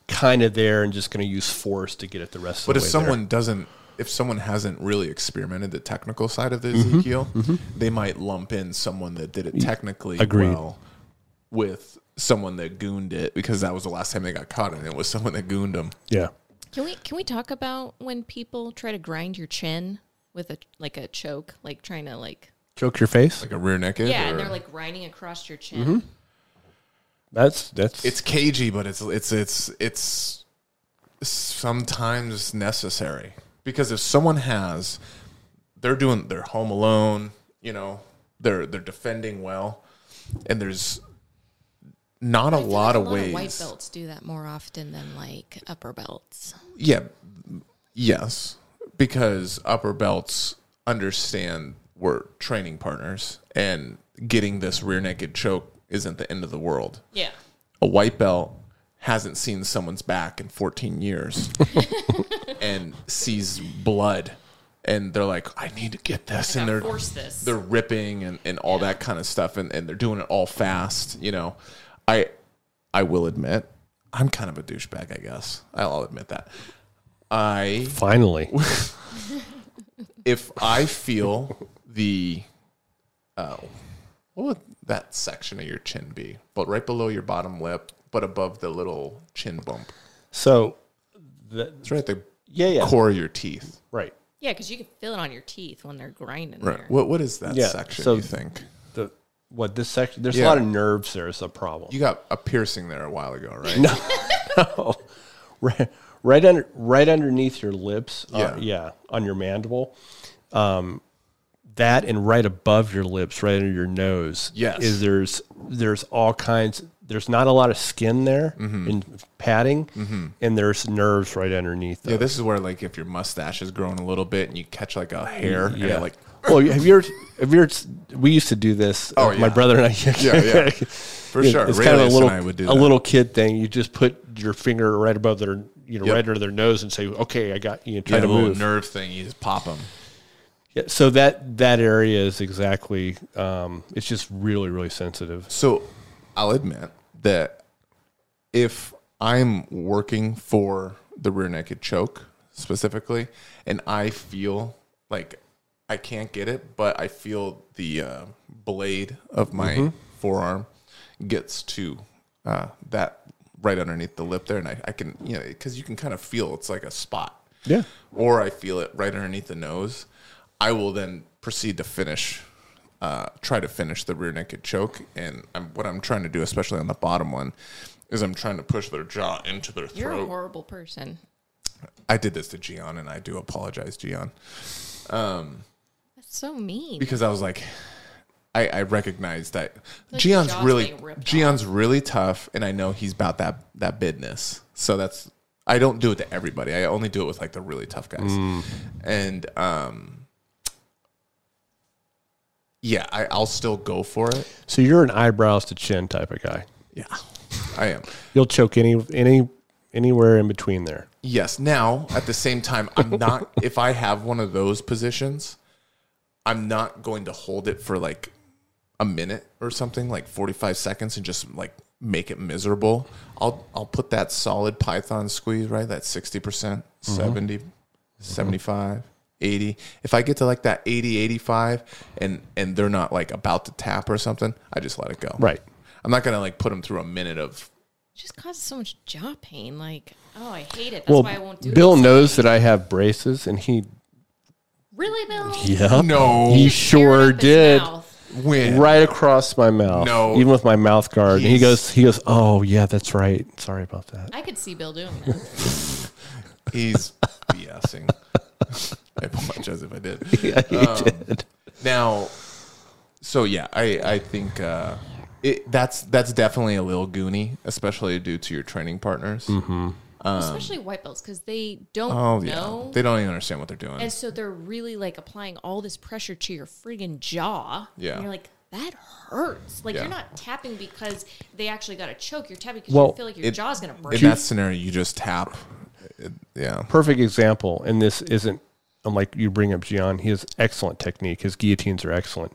kind of there and just going to use force to get it the rest
But
of
if
the way.
someone doesn't, if someone hasn't really experimented the technical side of the
Mm-hmm,
Ezekiel, they might lump in someone that did it technically
Agreed.
well with someone that gooned it because that was the last time they got caught, and it was someone that gooned them.
there. yeah,
Can we can we talk about when people try to grind your chin with a like a choke, like trying to like
choke your face.
Like a rear naked.
yeah,
or-
and they're like grinding across your chin.
Mm-hmm.
That's that's
it's cagey, but it's it's it's it's sometimes necessary because if someone has, they're doing they're home alone, you know, they're they're defending well, and there's not a
I feel
lot
like
of
Of white
ways.
belts do that more often than like upper belts.
yeah, yes, because upper belts understand we're training partners, and getting this rear naked choke isn't the end of the world.
Yeah.
a white belt hasn't seen someone's back in 14 years and sees blood and they're like i need to get this and they're
force this.
they're ripping and, and all that kind of stuff and, and they're doing it all fast you know i i will admit i'm kind of a douchebag i guess i'll admit that i
finally
if I feel the, uh, what would that section of your chin be? But right below your bottom lip, but above the little chin bump.
so. The,
It's right at the
yeah, yeah,
core of your teeth.
right.
Yeah, because you can feel it on your teeth when they're grinding. There.
What What is that
Yeah,
section?
so-
you think
The what this section? There's
Yeah.
a lot of nerves. There is a problem.
you got a piercing there a while ago, right?
right, right under, right underneath your lips. uh,
Yeah.
yeah, on your mandible. Um, that and right above your lips, right under your nose.
Yes.
is there's there's all kinds. There's not a lot of skin there
Mm-hmm.
and padding, and there's nerves right underneath.
Yeah,
those.
this is where like if your mustache is growing a little bit and you catch like a hair, yeah, and it, like
well, have you ever? Have you ever? We used to do this.
Oh,
uh, my
yeah.
brother and I.
Yeah, yeah. for
It-
sure.
It's kind of a
Reyes
little,
and I would do
a
that.
little kid thing. You just put your finger right above their, you know,
Yep.
right under their nose and say, "Okay, I got you." Try
yeah,
to
a little
move.
nerve thing. You just pop them.
Yeah, so that that area is exactly. Um, it's just really, really sensitive.
So I'll admit that if I'm working for the rear naked choke specifically, and I feel like I can't get it, but I feel the uh, blade of my forearm gets to uh, that right underneath the lip there, and I, I can, you know, because you can kind of feel it's like a spot
Yeah.
or I feel it right underneath the nose, I will then proceed to finish, uh, try to finish the rear naked choke. And I'm, what I'm trying to do, especially on the bottom one, is I'm trying to push their jaw into their
You're a
throat.
horrible person.
I did this to Gian, and I do apologize, Gian,
That's so mean.
because I was like, I, I recognize that
Like your
Gion's
jaw's
really
being ripped
Gion's really tough, and I know he's about that that business. So that's I don't do it to everybody. I only do it with like the really tough guys, and um, yeah, I, I'll still go for it.
So you're an eyebrows to chin type of guy.
Yeah, I am.
You'll choke any any anywhere in between there.
Yes. Now, at the same time, I'm not. if I have one of those positions, I'm not going to hold it for like a minute or something, like 45 seconds, and just like make it miserable. I'll I'll put that solid Python squeeze right, that 60 percent, 70, 75. 80 if i get to like that 80 85 and and they're not like about to tap or something i just let it go
Right.
i'm not gonna like put them through a minute of
It just causes so much jaw pain. Like, oh, I hate it. That's
well,
why I won't do
Bill
it.
knows that I have braces, and he
Really, Bill?
yeah
no
he
Tear up
sure
his
did
mouth.
win
right across my mouth.
No.
even with my mouth guard. And he
He's-
goes, he goes, oh yeah, that's right. Sorry about that.
I could see Bill doing that.
He's BSing. I apologize if I did.
He did.
Now, so yeah, I I think uh, it that's that's definitely a little goony, especially due to your training partners.
Especially white belts because they don't
Um, Oh yeah,
know.
they don't even understand what they're doing.
And so they're really like applying all this pressure to your friggin' jaw.
Yeah.
And you're like, that hurts. Like
Yeah.
you're not tapping because they actually got a choke. You're tapping because
Well,
you feel like your
it-
jaw's gonna break.
In that scenario, you just tap. It- yeah,
perfect example, and this isn't unlike you bring up Gian. He has excellent technique. His guillotines are excellent.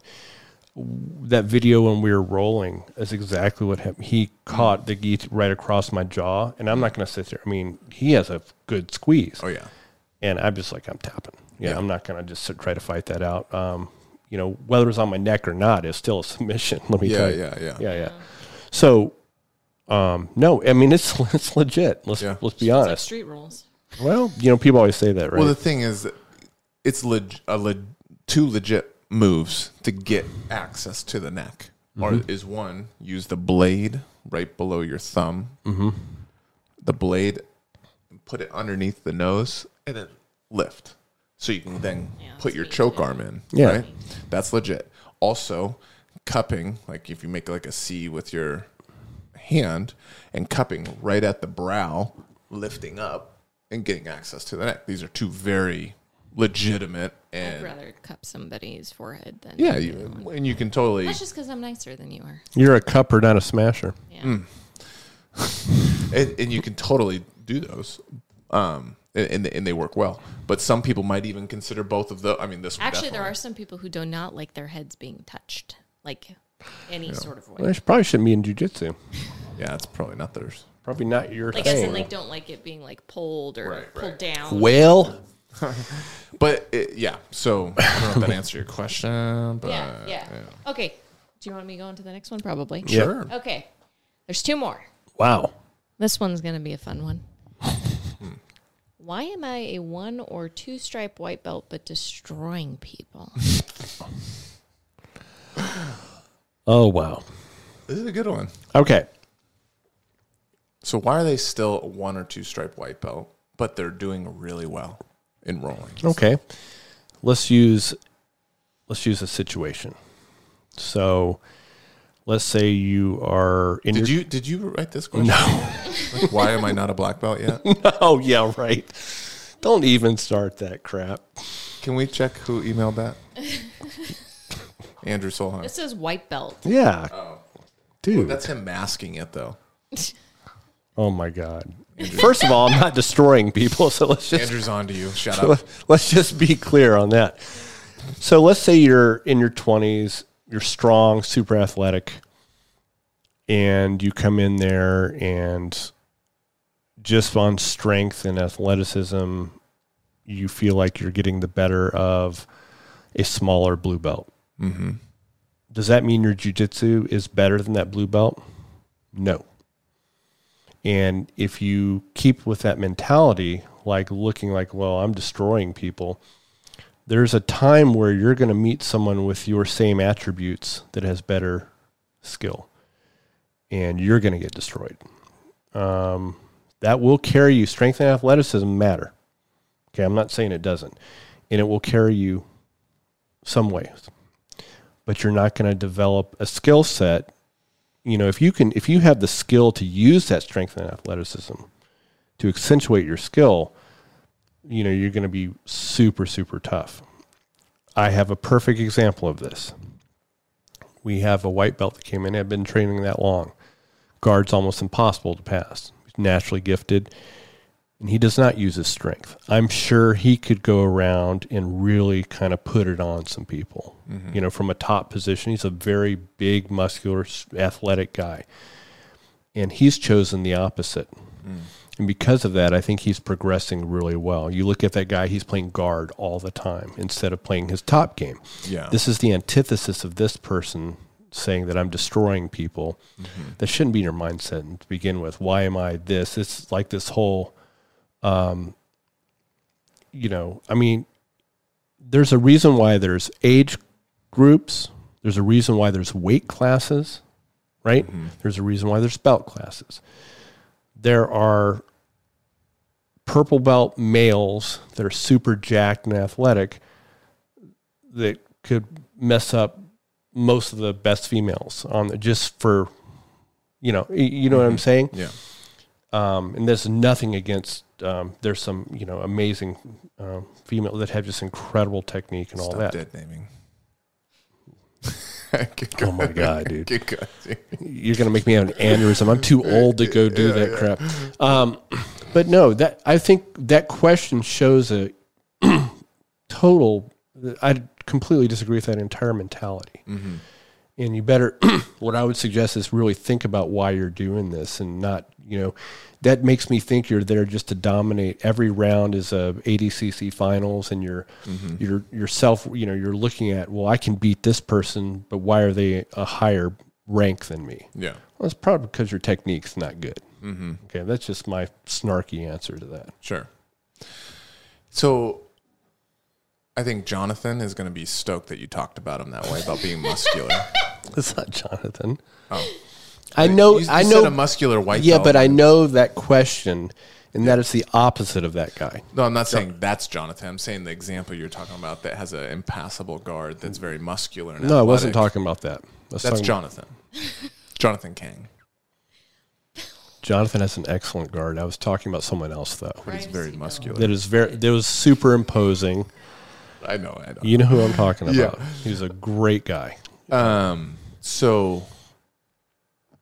that video when we were rolling is exactly what happened. He caught the geese right across my jaw, and I'm not going to sit there. I mean, he has a good squeeze,
Oh yeah.
and I'm just like I'm tapping. Yeah,
Yeah.
I'm not going to just sit- try to fight that out. Um, you know, whether it's on my neck or not, it's still a submission. Let me
Yeah,
tell you.
yeah, yeah.
yeah, yeah. So, um, no, I mean it's it's legit. Let's
Yeah.
let's be
It's like
honest.
street rules.
Well, you know, people always say that, right?
Well, the thing is, that it's leg- a leg- two legit moves to get access to the neck.
Mm-hmm.
Or is one use the blade right below your thumb, mm-hmm. the blade, put it underneath the nose, and then lift, so you can then put your choke arm in.
Yeah.
right? that's legit. Also, cupping like if you make like a C with your hand and cupping right at the brow, lifting up and getting access to the neck. These are two very legitimate
I'd
and
rather cup somebody's forehead than
yeah, you, and you can totally
That's just because I'm nicer than you are.
You're a cupper, not a smasher.
Yeah.
Mm, and, and you can totally do those. Um, and, and they- and they work well, but some people might even consider both of the. I mean, this
Actually, there are some people who do not like their heads being touched, like any sort of way.
Well, it probably shouldn't be in jujitsu.
are yeah, it's probably not theirs.
Probably not your
like as
thing.
in, like don't like it being like pulled or
Right,
pulled
right.
down.
well,
But it, yeah, so I don't know if that answered your question. But
Yeah, yeah. Okay. Do you want me to go on to the next one? Probably.
sure,
Okay. There's two more.
wow.
This one's gonna be a fun one. Why am I a one or two stripe white belt but destroying people?
Oh, wow.
this is a good one.
Okay.
So why are they still a one or two stripe white belt, but they're doing really well in rolling?
Okay. Let's use let's use a situation. So, let's say you are in
Did
your
you did you write this question? No. like, why am I not a black belt yet?
Oh, yeah, right. Don't even start that crap.
Can we check who emailed that? Andrew Solheim.
This is white belt.
Yeah. Dude.
Oh. That's him masking it though.
oh my god. First of all, I'm not destroying people, so let's just
Andrew's on to you. Shut up.
let's just be clear on that. So let's say you're in your 20s, you're strong, super athletic, and you come in there and just on strength and athleticism, you feel like you're getting the better of a smaller blue belt. Mm-hmm. Does that mean your jujitsu is better than that blue belt? No. And if you keep with that mentality, like looking like, well, I'm destroying people, there's a time where you're going to meet someone with your same attributes that has better skill, and you're going to get destroyed. Um, that will carry you. Strength and athleticism matter. Okay, I'm not saying it doesn't, and it will carry you some ways, but you're not going to develop a skill set you know if you can if you have the skill to use that strength and athleticism to accentuate your skill you know you're going to be super super tough i have a perfect example of this we have a white belt that came in had been training that long guards almost impossible to pass he's naturally gifted and he does not use his strength i'm sure he could go around and really kind of put it on some people you know from a top position he's a very big muscular s- athletic guy and he's chosen the opposite and because of that, I think he's progressing really well. You look at that guy, he's playing guard all the time instead of playing his top game.
Yeah.
This is the antithesis of this person saying that I'm destroying people. That shouldn't be your mindset to begin with. Why am I this? It's like this whole, um, you know, I mean, there's a reason why there's age groups, there's a reason why there's weight classes, right? There's a reason why there's belt classes there are purple belt males that are super jacked and athletic that could mess up most of the best females on the, just for you know y- you know what I'm saying
Yeah.
um, and there's nothing against um, there's some you know amazing um, female that have just incredible technique and all
Stop
that
dead naming.
oh my god dude
Get good.
you're gonna make me have an aneurysm. I'm too old to go do that crap. Um, but no, that I think that question shows a total. I completely disagree with that entire mentality. and you better what i would suggest is really think about why you're doing this and not you know that makes me think you're there just to dominate every round is a adcc finals and you're you're yourself you know you're looking at well i can beat this person but why are they a higher rank than me
Yeah.
well it's probably because your technique's not good mm-hmm. okay that's just my snarky answer to that
Sure. So I think Jonathan is going to be stoked that you talked about him that way about being muscular.
it's not jonathan oh i know
You- you
i
said
know
a muscular white
yeah
belt.
but i know that question and that is the opposite of that guy
No, I'm not saying that's Jonathan. I'm saying the example you're talking about that has an impassable guard that's very muscular. And
No, I wasn't
athletic.
talking about that. I
That's
was talking-
Jonathan. Jonathan Kang.
Jonathan has an excellent guard. I was talking about someone else though.
But he's very muscular.
That is very that was superimposing.
I know. I know.
You know who I'm talking
Yeah.
about. He's a great guy.
Um, so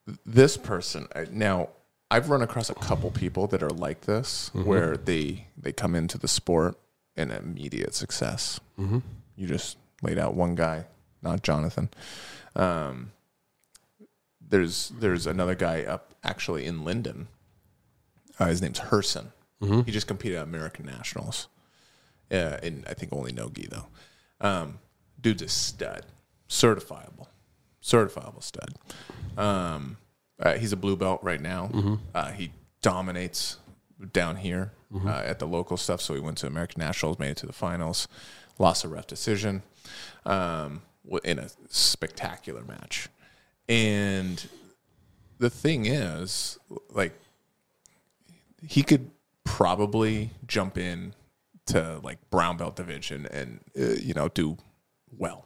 th- this person I- now I've run across a couple people that are like this, where they they come into the sport and immediate success.
Mm-hmm.
You just laid out one guy, not Jonathan. Um, there's there's another guy up actually in Linden. Uh, his name's Herson. He just competed at American Nationals, uh, in I think only nogi though. Um, dude's a stud, certifiable, certifiable stud. Um, uh, he's a blue belt right now. Uh, he dominates down here uh, at the local stuff. So he went to American Nationals, made it to the finals, lost a ref decision um, w- in a spectacular match. And the thing is, like, he could probably jump in to like brown belt division and uh, you know do well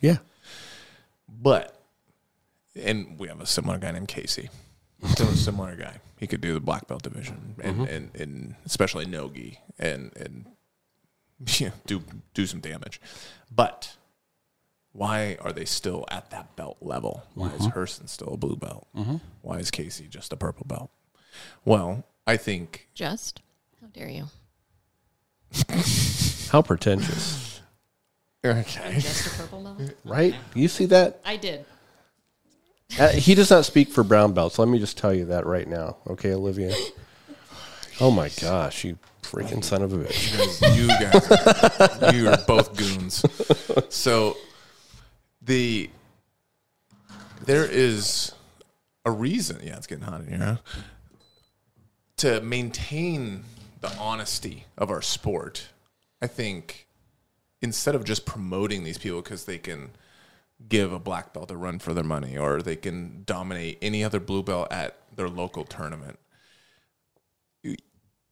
Yeah.
but and we have a similar guy named Casey. So a similar guy. He could do the black belt division and and, and especially Nogi and and yeah, do do some damage. But why are they still at that belt level? Why is Hurston still a blue belt? Why is Casey just a purple belt? Well, I think
Just? How dare you?
How pretentious.
okay.
Just a purple belt?
Right? You see that?
I did.
Uh, he does not speak for brown belts. Let me just tell you that right now. Okay, Olivia. Oh my gosh, you freaking son of a bitch.
you guys, are, you are both goons. So the there is a reason. Yeah, it's getting hot in here. Huh? To maintain the honesty of our sport, I think instead of just promoting these people because they can give a black belt a run for their money or they can dominate any other blue belt at their local tournament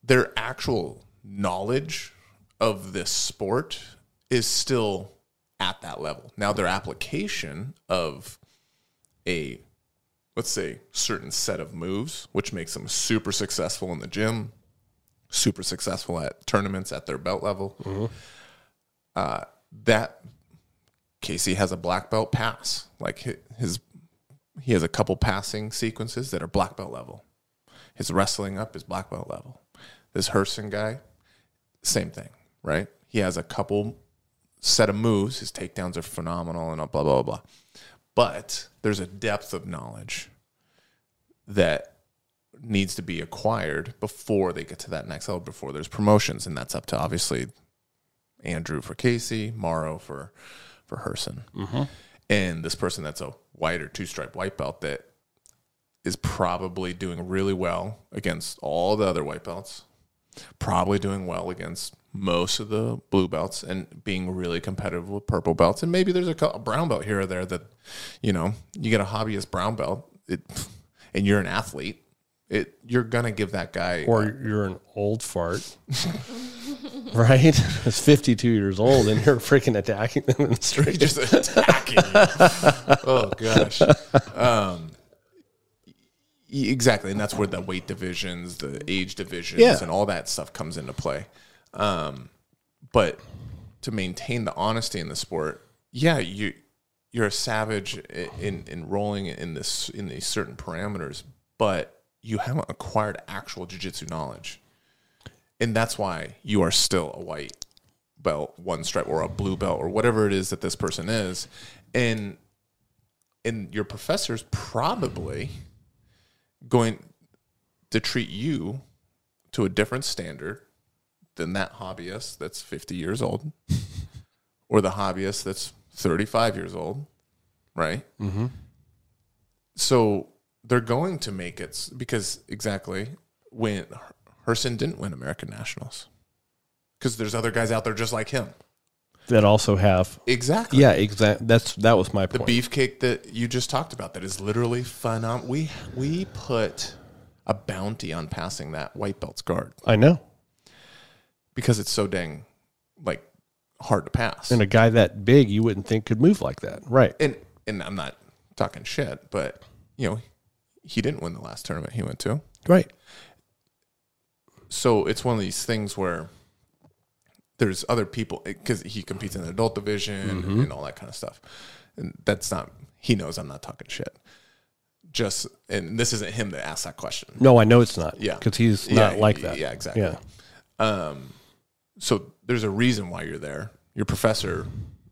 their actual knowledge of this sport is still at that level. Now their application of a let's say certain set of moves, which makes them super successful in the gym, super successful at tournaments at their belt level. Uh, that Casey has a black belt pass. Like hi- his he has a couple passing sequences that are black belt level his wrestling up is black belt level. This Herson guy, same thing, right? He has a couple set of moves. His takedowns are phenomenal and blah, blah, blah, blah. But there's a depth of knowledge that needs to be acquired before they get to that next level, before there's promotions. And that's up to obviously Andrew for Casey, Morrow for, for Herson. And this person that's a white or two stripe white belt that is probably doing really well against all the other white belts, probably doing well against most of the blue belts, and being really competitive with purple belts. And maybe there's a, cou- a brown belt here or there that, you know, you get a hobbyist brown belt, it, and you're an athlete. It you're gonna give that guy
Or you're an old fart. right? I was 52 years old and you're freaking attacking them in the street.
He just attacking you. oh gosh. Um, y- exactly, and that's where the weight divisions, the age divisions,
Yeah.
and all that stuff comes into play. Um, but to maintain the honesty in the sport, yeah, you you're a savage i- in in rolling in this in these certain parameters, but you haven't acquired actual jiu-jitsu knowledge. And that's why you are still a white belt, one stripe, or a blue belt, or whatever it is that this person is, and and your professor's probably going to treat you to a different standard than that hobbyist that's 50 years old or the hobbyist that's 35 years old, right? Mm-hmm. So they're going to make it s- because exactly when Her- Herson didn't win American Nationals because there's other guys out there just like him.
that also have.
Exactly.
Yeah, exactly. That's that was my
The
point.
beefcake that you just talked about that is literally phenomenal. We we put a bounty on passing that white belt's guard
I know.
because it's so dang like hard to pass.
And a guy that big, you wouldn't think could move like that, right?
and and I'm not talking shit, but you know, he didn't win the last tournament he went to.
Right.
So it's one of these things where there's other people because he competes in the adult division
Mm-hmm.
and all that kind of stuff. And that's not he knows I'm not talking shit. Just and this isn't him that asked that question.
No, I know it's not.
Yeah.
because he's
Yeah,
not like that.
yeah, exactly.
Yeah,
so there's a reason why you're there. Your professor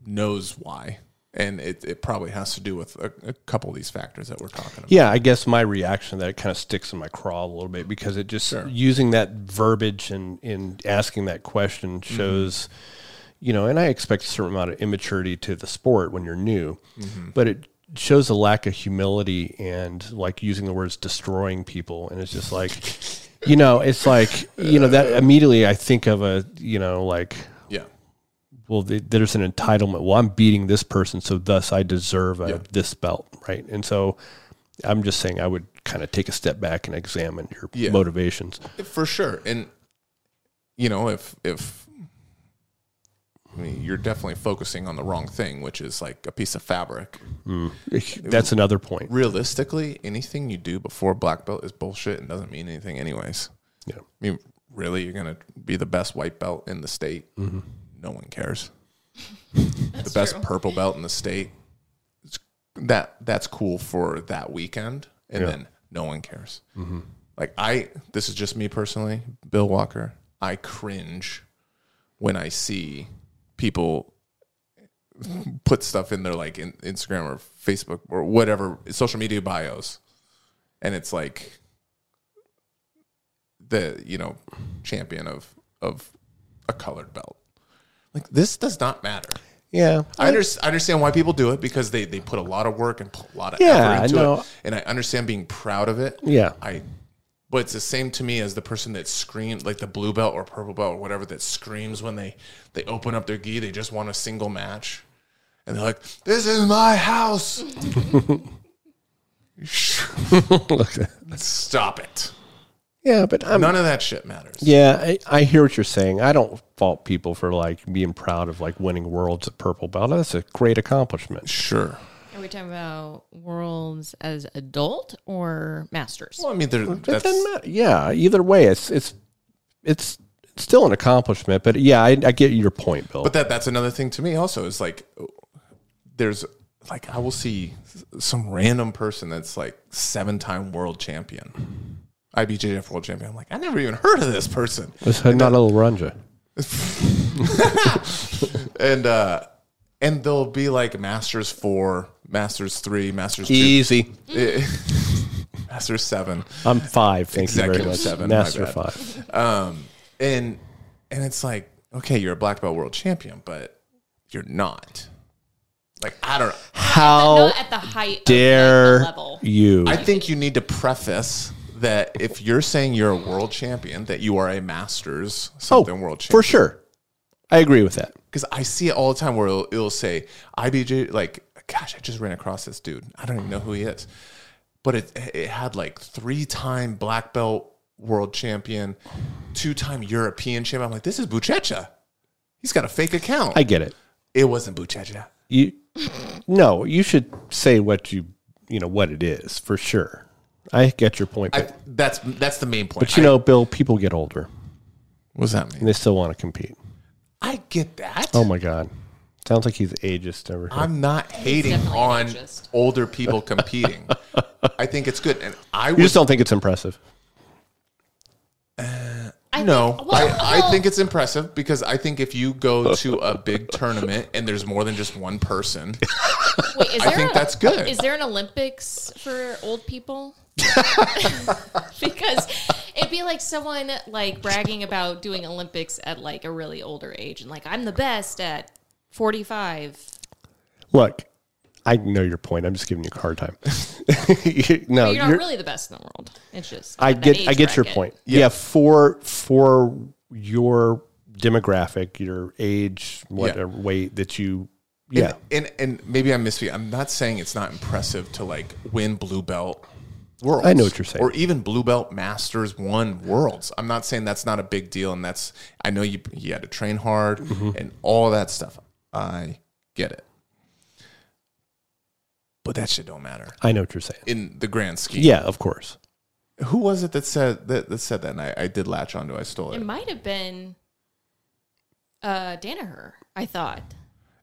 knows why. And it, it probably has to do with a, a couple of these factors that we're talking about.
yeah. I guess my reaction to that kind of sticks in my craw a little bit because it just using that verbiage and in asking that question shows, you know, and I expect a certain amount of immaturity to the sport when you're new, but it shows a lack of humility and like using the words destroying people, and it's just like, you know, it's like you know that immediately I think of a you know like
Yeah.
well, th there's an entitlement. Well, I'm beating this person, so thus I deserve a,
Yeah.
this belt, right? And so I'm just saying I would kind of take a step back and examine your
Yeah.
motivations.
for sure and you know if if i mean you're definitely focusing on the wrong thing which is like a piece of fabric
That's another point.
realistically anything you do before black belt is bullshit and doesn't mean anything anyways
Yeah.
i mean really you're gonna be the best white belt in the state no one cares the best purple belt in the state it's, that that's cool for that weekend and
Yeah.
then no one cares like i this is just me personally bill walker i cringe when i see people put stuff in their like in, instagram or facebook or whatever social media bios and it's like the you know champion of of a colored belt like this does not matter
Yeah.
I, under, I understand why people do it because they, they put a lot of work and put a lot of
Yeah, I
effort into
know.
it, and I understand being proud of it.
Yeah.
I, but it's the same to me as the person that screams like the blue belt or purple belt or whatever that screams when they they open up their gi. They just want a single match, and they're like, "This is my house."
Look,
Stop it.
yeah, but I'm.
None of that shit matters.
yeah, I, I hear what you're saying. I don't fault people for like being proud of like winning worlds at purple belt. That's a great accomplishment.
Sure.
Are we talking about worlds as adult or masters?
Well, I mean, there,
It
that's
doesn't matter. Yeah, either way, it's it's it's still an accomplishment. But yeah, I, I get your point, Bill.
But that that's another thing to me also is like there's like I will see some random person that's like seven time world champion. IBJJF world champion. I'm like, I never even heard of this person.
It's not a little runja.
And uh and they'll be like masters four, masters three, masters two, eh,
Easy.
masters seven.
I'm five. Thank you
Executive
very much.
seven, my
Master
bad.
five.
And and it's like, okay, you're a black belt world champion, but you're not. Like I don't
How
Not at the height of the
dare
level.
you?
I think you need to preface that if you're saying you're a world champion, that you are a masters something world
Oh,
champion.
for sure. I agree with that.
Because I see it all the time where it'll, it'll say IBJ, like, gosh, I just ran across this dude. I don't even know who he is, but it it had like three time black belt world champion, two time European champion. I'm like, this is Buchecha. He's got a fake account.
I get it.
it wasn't Buchecha.
You no, you should say what you you know what it is for sure. I get your point, but,
I, that's that's the main point.
but you know, Bill, people get older
what's that
and
mean?
they still want to compete.
I get that.
Oh my god, sounds like he's ageist over here.
I'm not hating
definitely
on
ageist.
older people competing. I think it's good, and I
you
would
just don't think it's impressive.
I
no.
think- well,
I, I
well,
think it's impressive because I think if you go to a big tournament and there's more than just one person,
Wait, is
I
there
think
a,
that's good.
Is there an Olympics for old people? because it'd be like someone like bragging about doing Olympics at like a really older age and like I'm the best at 45.
Look, I know your point. I'm just giving you a hard time. You- no,
But you're not
Oh, you're-
really the best in the world. It's just
I
that
get
age
I get your
bracket.
point. Yeah. for for your demographic, your age, what
Yeah.
uh, weight that you yeah.
And, and and maybe I'm misspeaking. I'm not saying it's not impressive to like win blue belt worlds.
I know what you're saying.
Or even blue belt masters won worlds. I'm not saying that's not a big deal, and that's I know you you had to train hard
Mm-hmm.
and all that stuff. I get it, but that shit don't matter
I know what you're saying.
in the grand scheme.
Yeah, of course.
Who was it that said that, that said that? And I, I did latch onto. I stole it.
It might have been uh Danaher, I thought.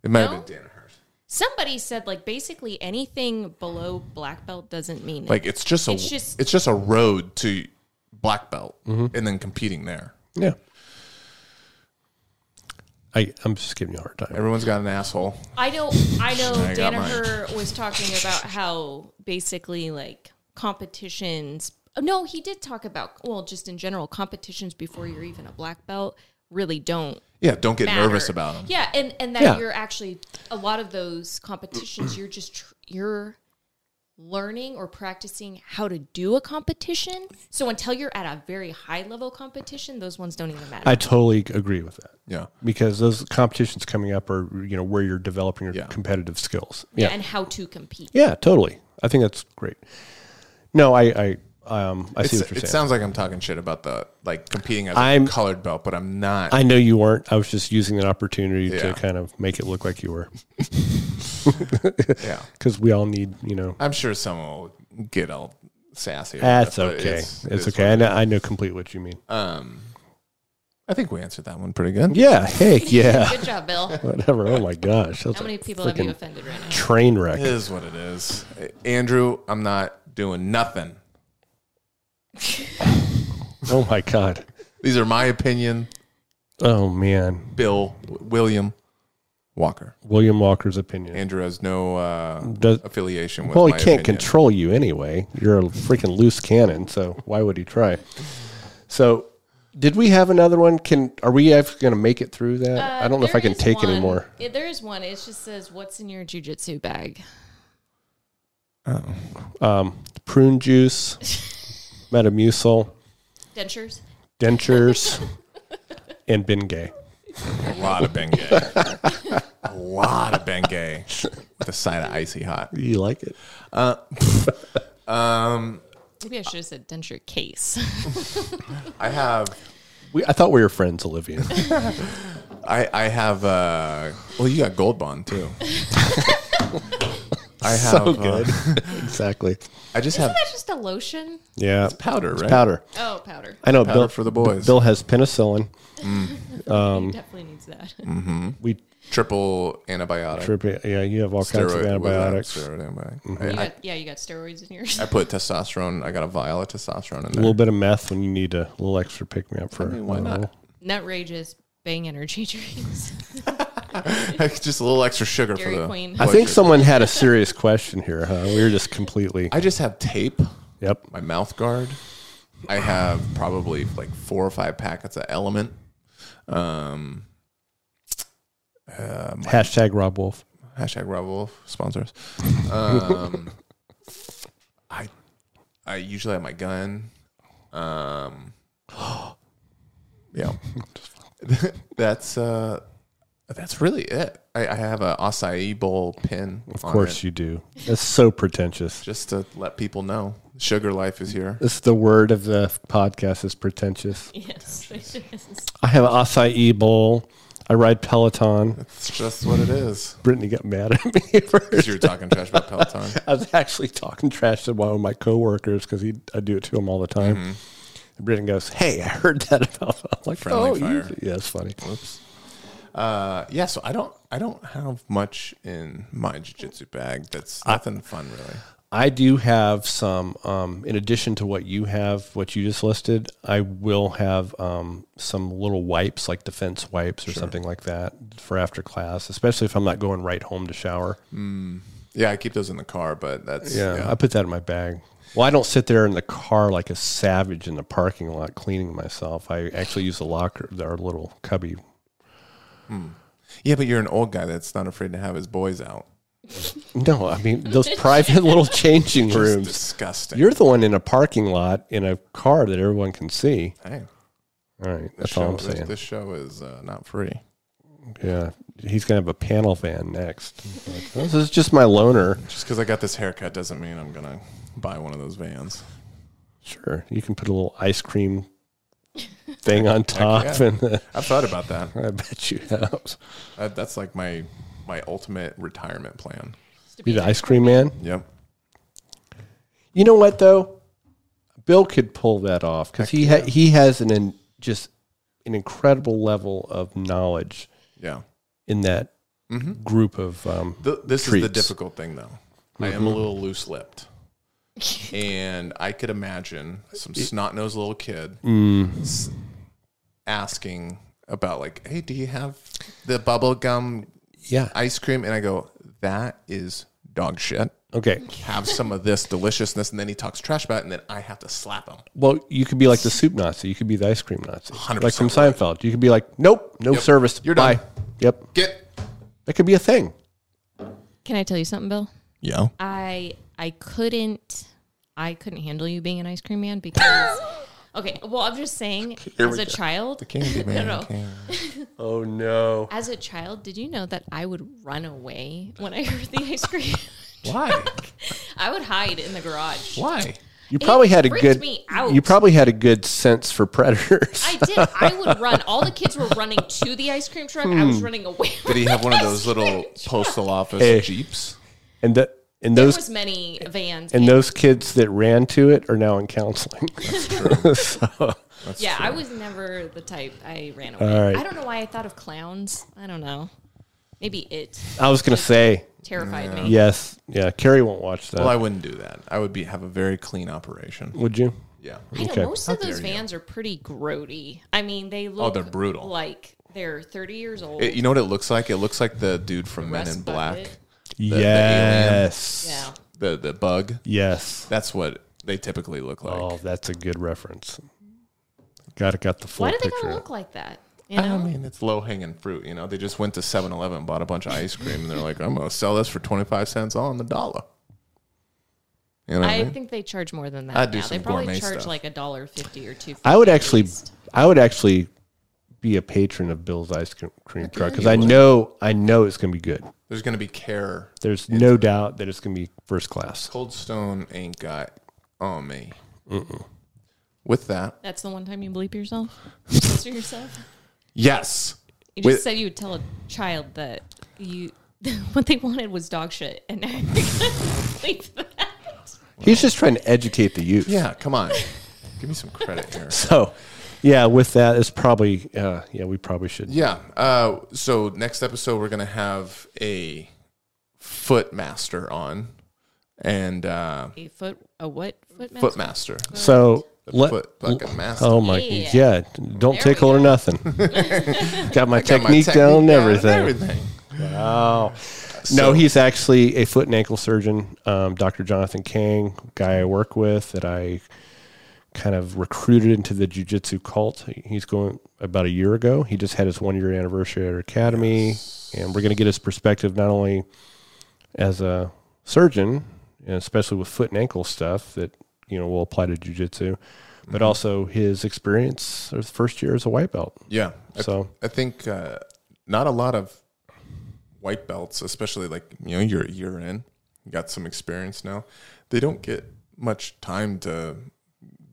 It might
No?
have been Danaher.
Somebody said like basically anything below black belt doesn't mean
Like it's just a
It's just-
it's just a road to black belt
Mm-hmm.
and then competing there.
Yeah. I I'm just giving you a hard time.
Everyone's got an asshole.
I know, I know.
I got mine.
Danaher was talking about how basically like competitions. No, he did talk about well, just in general, competitions before you're even a black belt really don't
Yeah, don't get
matter.
nervous about them.
Yeah, and and that
Yeah.
you're actually a lot of those competitions you're just tr- you're learning or practicing how to do a competition. So until you're at a very high level competition, those ones don't even matter.
I totally agree with that.
Yeah.
Because those competitions coming up are you know where you're developing your
Yeah.
competitive skills. yeah.
and how to compete.
Yeah, totally. I think that's great. No, I I um I see
It's-
what you're
it
saying.
sounds like I'm talking shit about the like competing as
I'm-
a colored belt, but I'm not.
I know you weren't. I was just using an opportunity
Yeah.
to kind of make it look like you were,
yeah,
because we all need you know.
I'm sure someone will get all sassy. about
That's
it, but
okay. It's,
it's- it's um,
okay. I know, I know completely what you mean.
I think we answered that one pretty good.
yeah. Heck yeah.
Good job, Bill.
Whatever. Oh my gosh. That's
How
a
many people have
freaking
you offended right now?
Train wreck.
It is what it is. Andrew, I'm not doing nothing.
Oh my god.
These are my opinion.
Oh man.
Bill William Walker.
William Walker's opinion.
Andrew has no uh,
Does,
affiliation with.
Mm. well, he
my
can't
opinion.
control you anyway. You're a freaking loose cannon, so why would he try? So, did we have another one? Can are we actually going to make it through that?
Uh,
I don't know if I can take
any
anymore.
there is one. It just says, "What's in your jujitsu bag?"
Um, prune juice, Metamucil,
Dentures.
dentures, and Bengay.
A lot of Bengay. a lot of Bengay with a side of icy hot.
You like it?
Maybe I should have said denture case.
I have
We, I thought we were friends, Olivia.
I, I have uh well you got gold bond too. I have
so
uh,
good, exactly.
I just
Isn't
have
that just a lotion?
Yeah,
powder, right?
powder.
Oh, powder.
I know
Powder
Bill
for the boys.
Bill has penicillin. Um,
he definitely needs that.
We
Triple antibiotic.
trip. Yeah, you have all kinds of
steroid-
antibiotics.
without steroid antibiotic.
You
I, I,
got, yeah, you got steroids in yours.
I put testosterone. I got a vial of testosterone in
A
there.
little bit of meth when you need a little extra pick me up for.
mean, why
I don't
not?
know.
Nutrageous Bang Energy drinks.
just a little extra sugar
Dairy
for the.
Queen.
I
blood
think
sugar.
someone had a serious question here, huh? We were just completely.
I just have tape.
Yep.
my mouth guard. I have probably like four or five packets of Element. Um,
Hashtag Rob Wolf.
hashtag Rob Wolf sponsors. Um, I I usually have my gun. Um, yeah, that's uh, that's really it. I, I have a acai bowl pin.
Of course you do. That's so pretentious.
just to let people know, sugar life is here.
It's the word of the podcast is pretentious.
yes.
I have an acai e bowl. I ride Peloton.
It's just what it is.
Brittany got mad at me. For,
'Cause you were talking trash about Peloton.
I was actually talking trash to one of my coworkers because he I do it to him all the time. And Brittany goes, "Hey, I heard that about." I'm like,
Mm-hmm. Friendly
"Oh, you-
fire.
yeah, it's funny."
Oops. Uh, yeah, so I don't I don't have much in my jiu-jitsu bag. That's nothing fun really.
I do have some, um, in addition to what you have, what you just listed, I will have um, some little wipes, like defense wipes or something like that for after class, especially if I'm not going right home to shower.
Yeah, I keep those in the car, but that's
Yeah, I put that in my bag. Well, I don't sit there in the car like a savage in the parking lot cleaning myself. I actually use the locker, our little cubby.
Yeah, but you're an old guy that's not afraid to have his boys out.
No, I mean those private little changing
Just
rooms.
disgusting.
You're the one in a parking lot in a car that everyone can see.
hey,
All right,
this
that's all
show,
I'm
this,
saying.
this show is uh, not free.
Yeah, he's gonna have a panel van next. Like, this is just my loner.
Just because I got this haircut doesn't mean I'm gonna buy one of those vans.
Sure, you can put a little ice cream thing on top,
yeah.
and uh,
I've thought about that.
I bet you have.
that. That's like my my ultimate retirement plan.
to
Be
be
the ice cream man.
Yep.
You know what though, Bill could pull that off because he ha- he has an in- just an incredible level of knowledge
Yeah.
in that
Mm-hmm.
group of. Um,
Th- this is
Treats.
the difficult thing, though. I am a little loose lipped. and I could imagine some snot nosed little kid s- asking about, like, hey, do you have the bubble gum
yeah.
ice cream? And I go, that is dog shit.
Okay.
Have some of this deliciousness. And then he talks trash about it, and then I have to slap him.
Well, you could be like the soup Nazi. You could be the ice cream Nazi,
100%
like from Seinfeld. You could be like, nope, no service.
You're done.
Bye. Yep.
Get.
That could be a thing.
Can I tell you something, Bill?
Yeah.
I I couldn't I couldn't handle you being an ice cream man because okay. Well, I'm just saying, as a child,
Candy man.
no.
candy.
Oh no.
as a child, did you know that I would run away when I heard the ice cream?
Why?
I would hide in the garage.
Why?
You probably had a
freaked
good.
me out.
You probably had a good sense for predators.
I did. I would run. All the kids were running to the ice cream truck. I was running away.
Hmm. Did he have one of those little postal office
Hey.
jeeps?
and that and
There
those
was many vans.
and those kids that ran to it are now in counseling. So-
yeah, I was never the type. I ran
All
away.
right.
I don't know why I thought of clowns. I don't know. Maybe it
I was gonna say
terrified me.
yes. Yeah, Carrie won't watch that.
Well, I wouldn't do that. I would be have a very clean operation.
Would you?
Yeah.
I know
Okay.
most of those vans are pretty grody. I mean, they look
Oh, they're brutal.
Like they're thirty years old.
It- you know what it looks like? It looks like the dude from Men
Rust
in Black.
bucket.
The- the alien.
yes.
yeah,
The the bug.
Yes.
That's what they typically look like.
Oh, that's a good reference. Got it. Got the full
why do they
picture.
gotta look like that? You
I
know,
mean, it's low hanging fruit. You know, they just went to 7 Eleven and bought a bunch of ice cream and they're like, I'm going to sell this for 25 cents on the dollar. You know what I,
I
mean?
think they charge more than that
I'd do
now. They
some
probably
gourmet
charge
stuff.
like a dollar fifty or two.
I would actually, I would actually be a patron of Bill's ice cream cream truck because
you
I
would.
know, I know it's gonna be good.
There's going to be care.
There's no doubt that it's gonna be first class.
Cold Stone ain't got on me. With that,
That's the one time you bleep yourself, censor yourself.
yes.
You
With-
just said you would tell a child that you what they wanted was dog shit, and now you're gonna bleep that.
He's just trying to educate the youth.
Yeah, come on. Give me some credit here.
So, yeah, with that, it's probably uh, yeah, we probably should.
Yeah. Uh, so next episode, we're gonna have a foot master on, and uh,
A foot, a what foot?
foot master,
So let.
foot like a master.
Oh my
Yeah.
yeah!
we
Don't tickle or nothing. Got my
Got my
technique down, and everything.
everything.
Wow.
So-
no, he's actually a foot and ankle surgeon, um, Dr. Jonathan Kang, guy I work with that I kind of recruited into the jujitsu cult. He's going about a year ago. He just had his one year anniversary at our academy, and we're going to get his perspective not only as a surgeon, and especially with foot and ankle stuff that you know will apply to jujitsu, but also his experience of the first year as a white belt.
Yeah. I,
So
I think uh, not a lot of white belts, especially like you know you're a year in, you got some experience now. They don't get much time to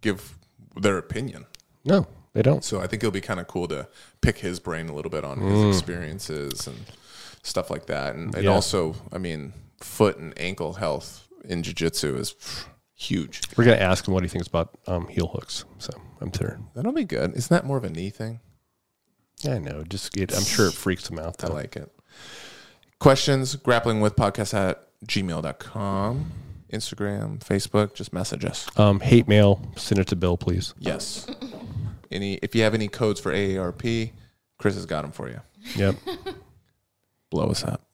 give their opinion.
no, they don't.
So I think it'll be kind of cool to pick his brain a little bit on his experiences and stuff like that. And, and
Yeah.
also, I mean, foot and ankle health in jiu-jitsu is huge.
We're gonna ask him what he thinks about um, heel hooks. So I'm sure.
That'll be good. Isn't that more of a knee thing?
I know. Just it, I'm sure it freaks him out.
I
Though.
like it. Questions, grappling with podcast at gmail.com, Instagram, Facebook, just message us.
um, hate mail. Send it to Bill, please.
Yes. Any if you have any codes for AARP, Chris has got them for you.
Yep.
Blow us up.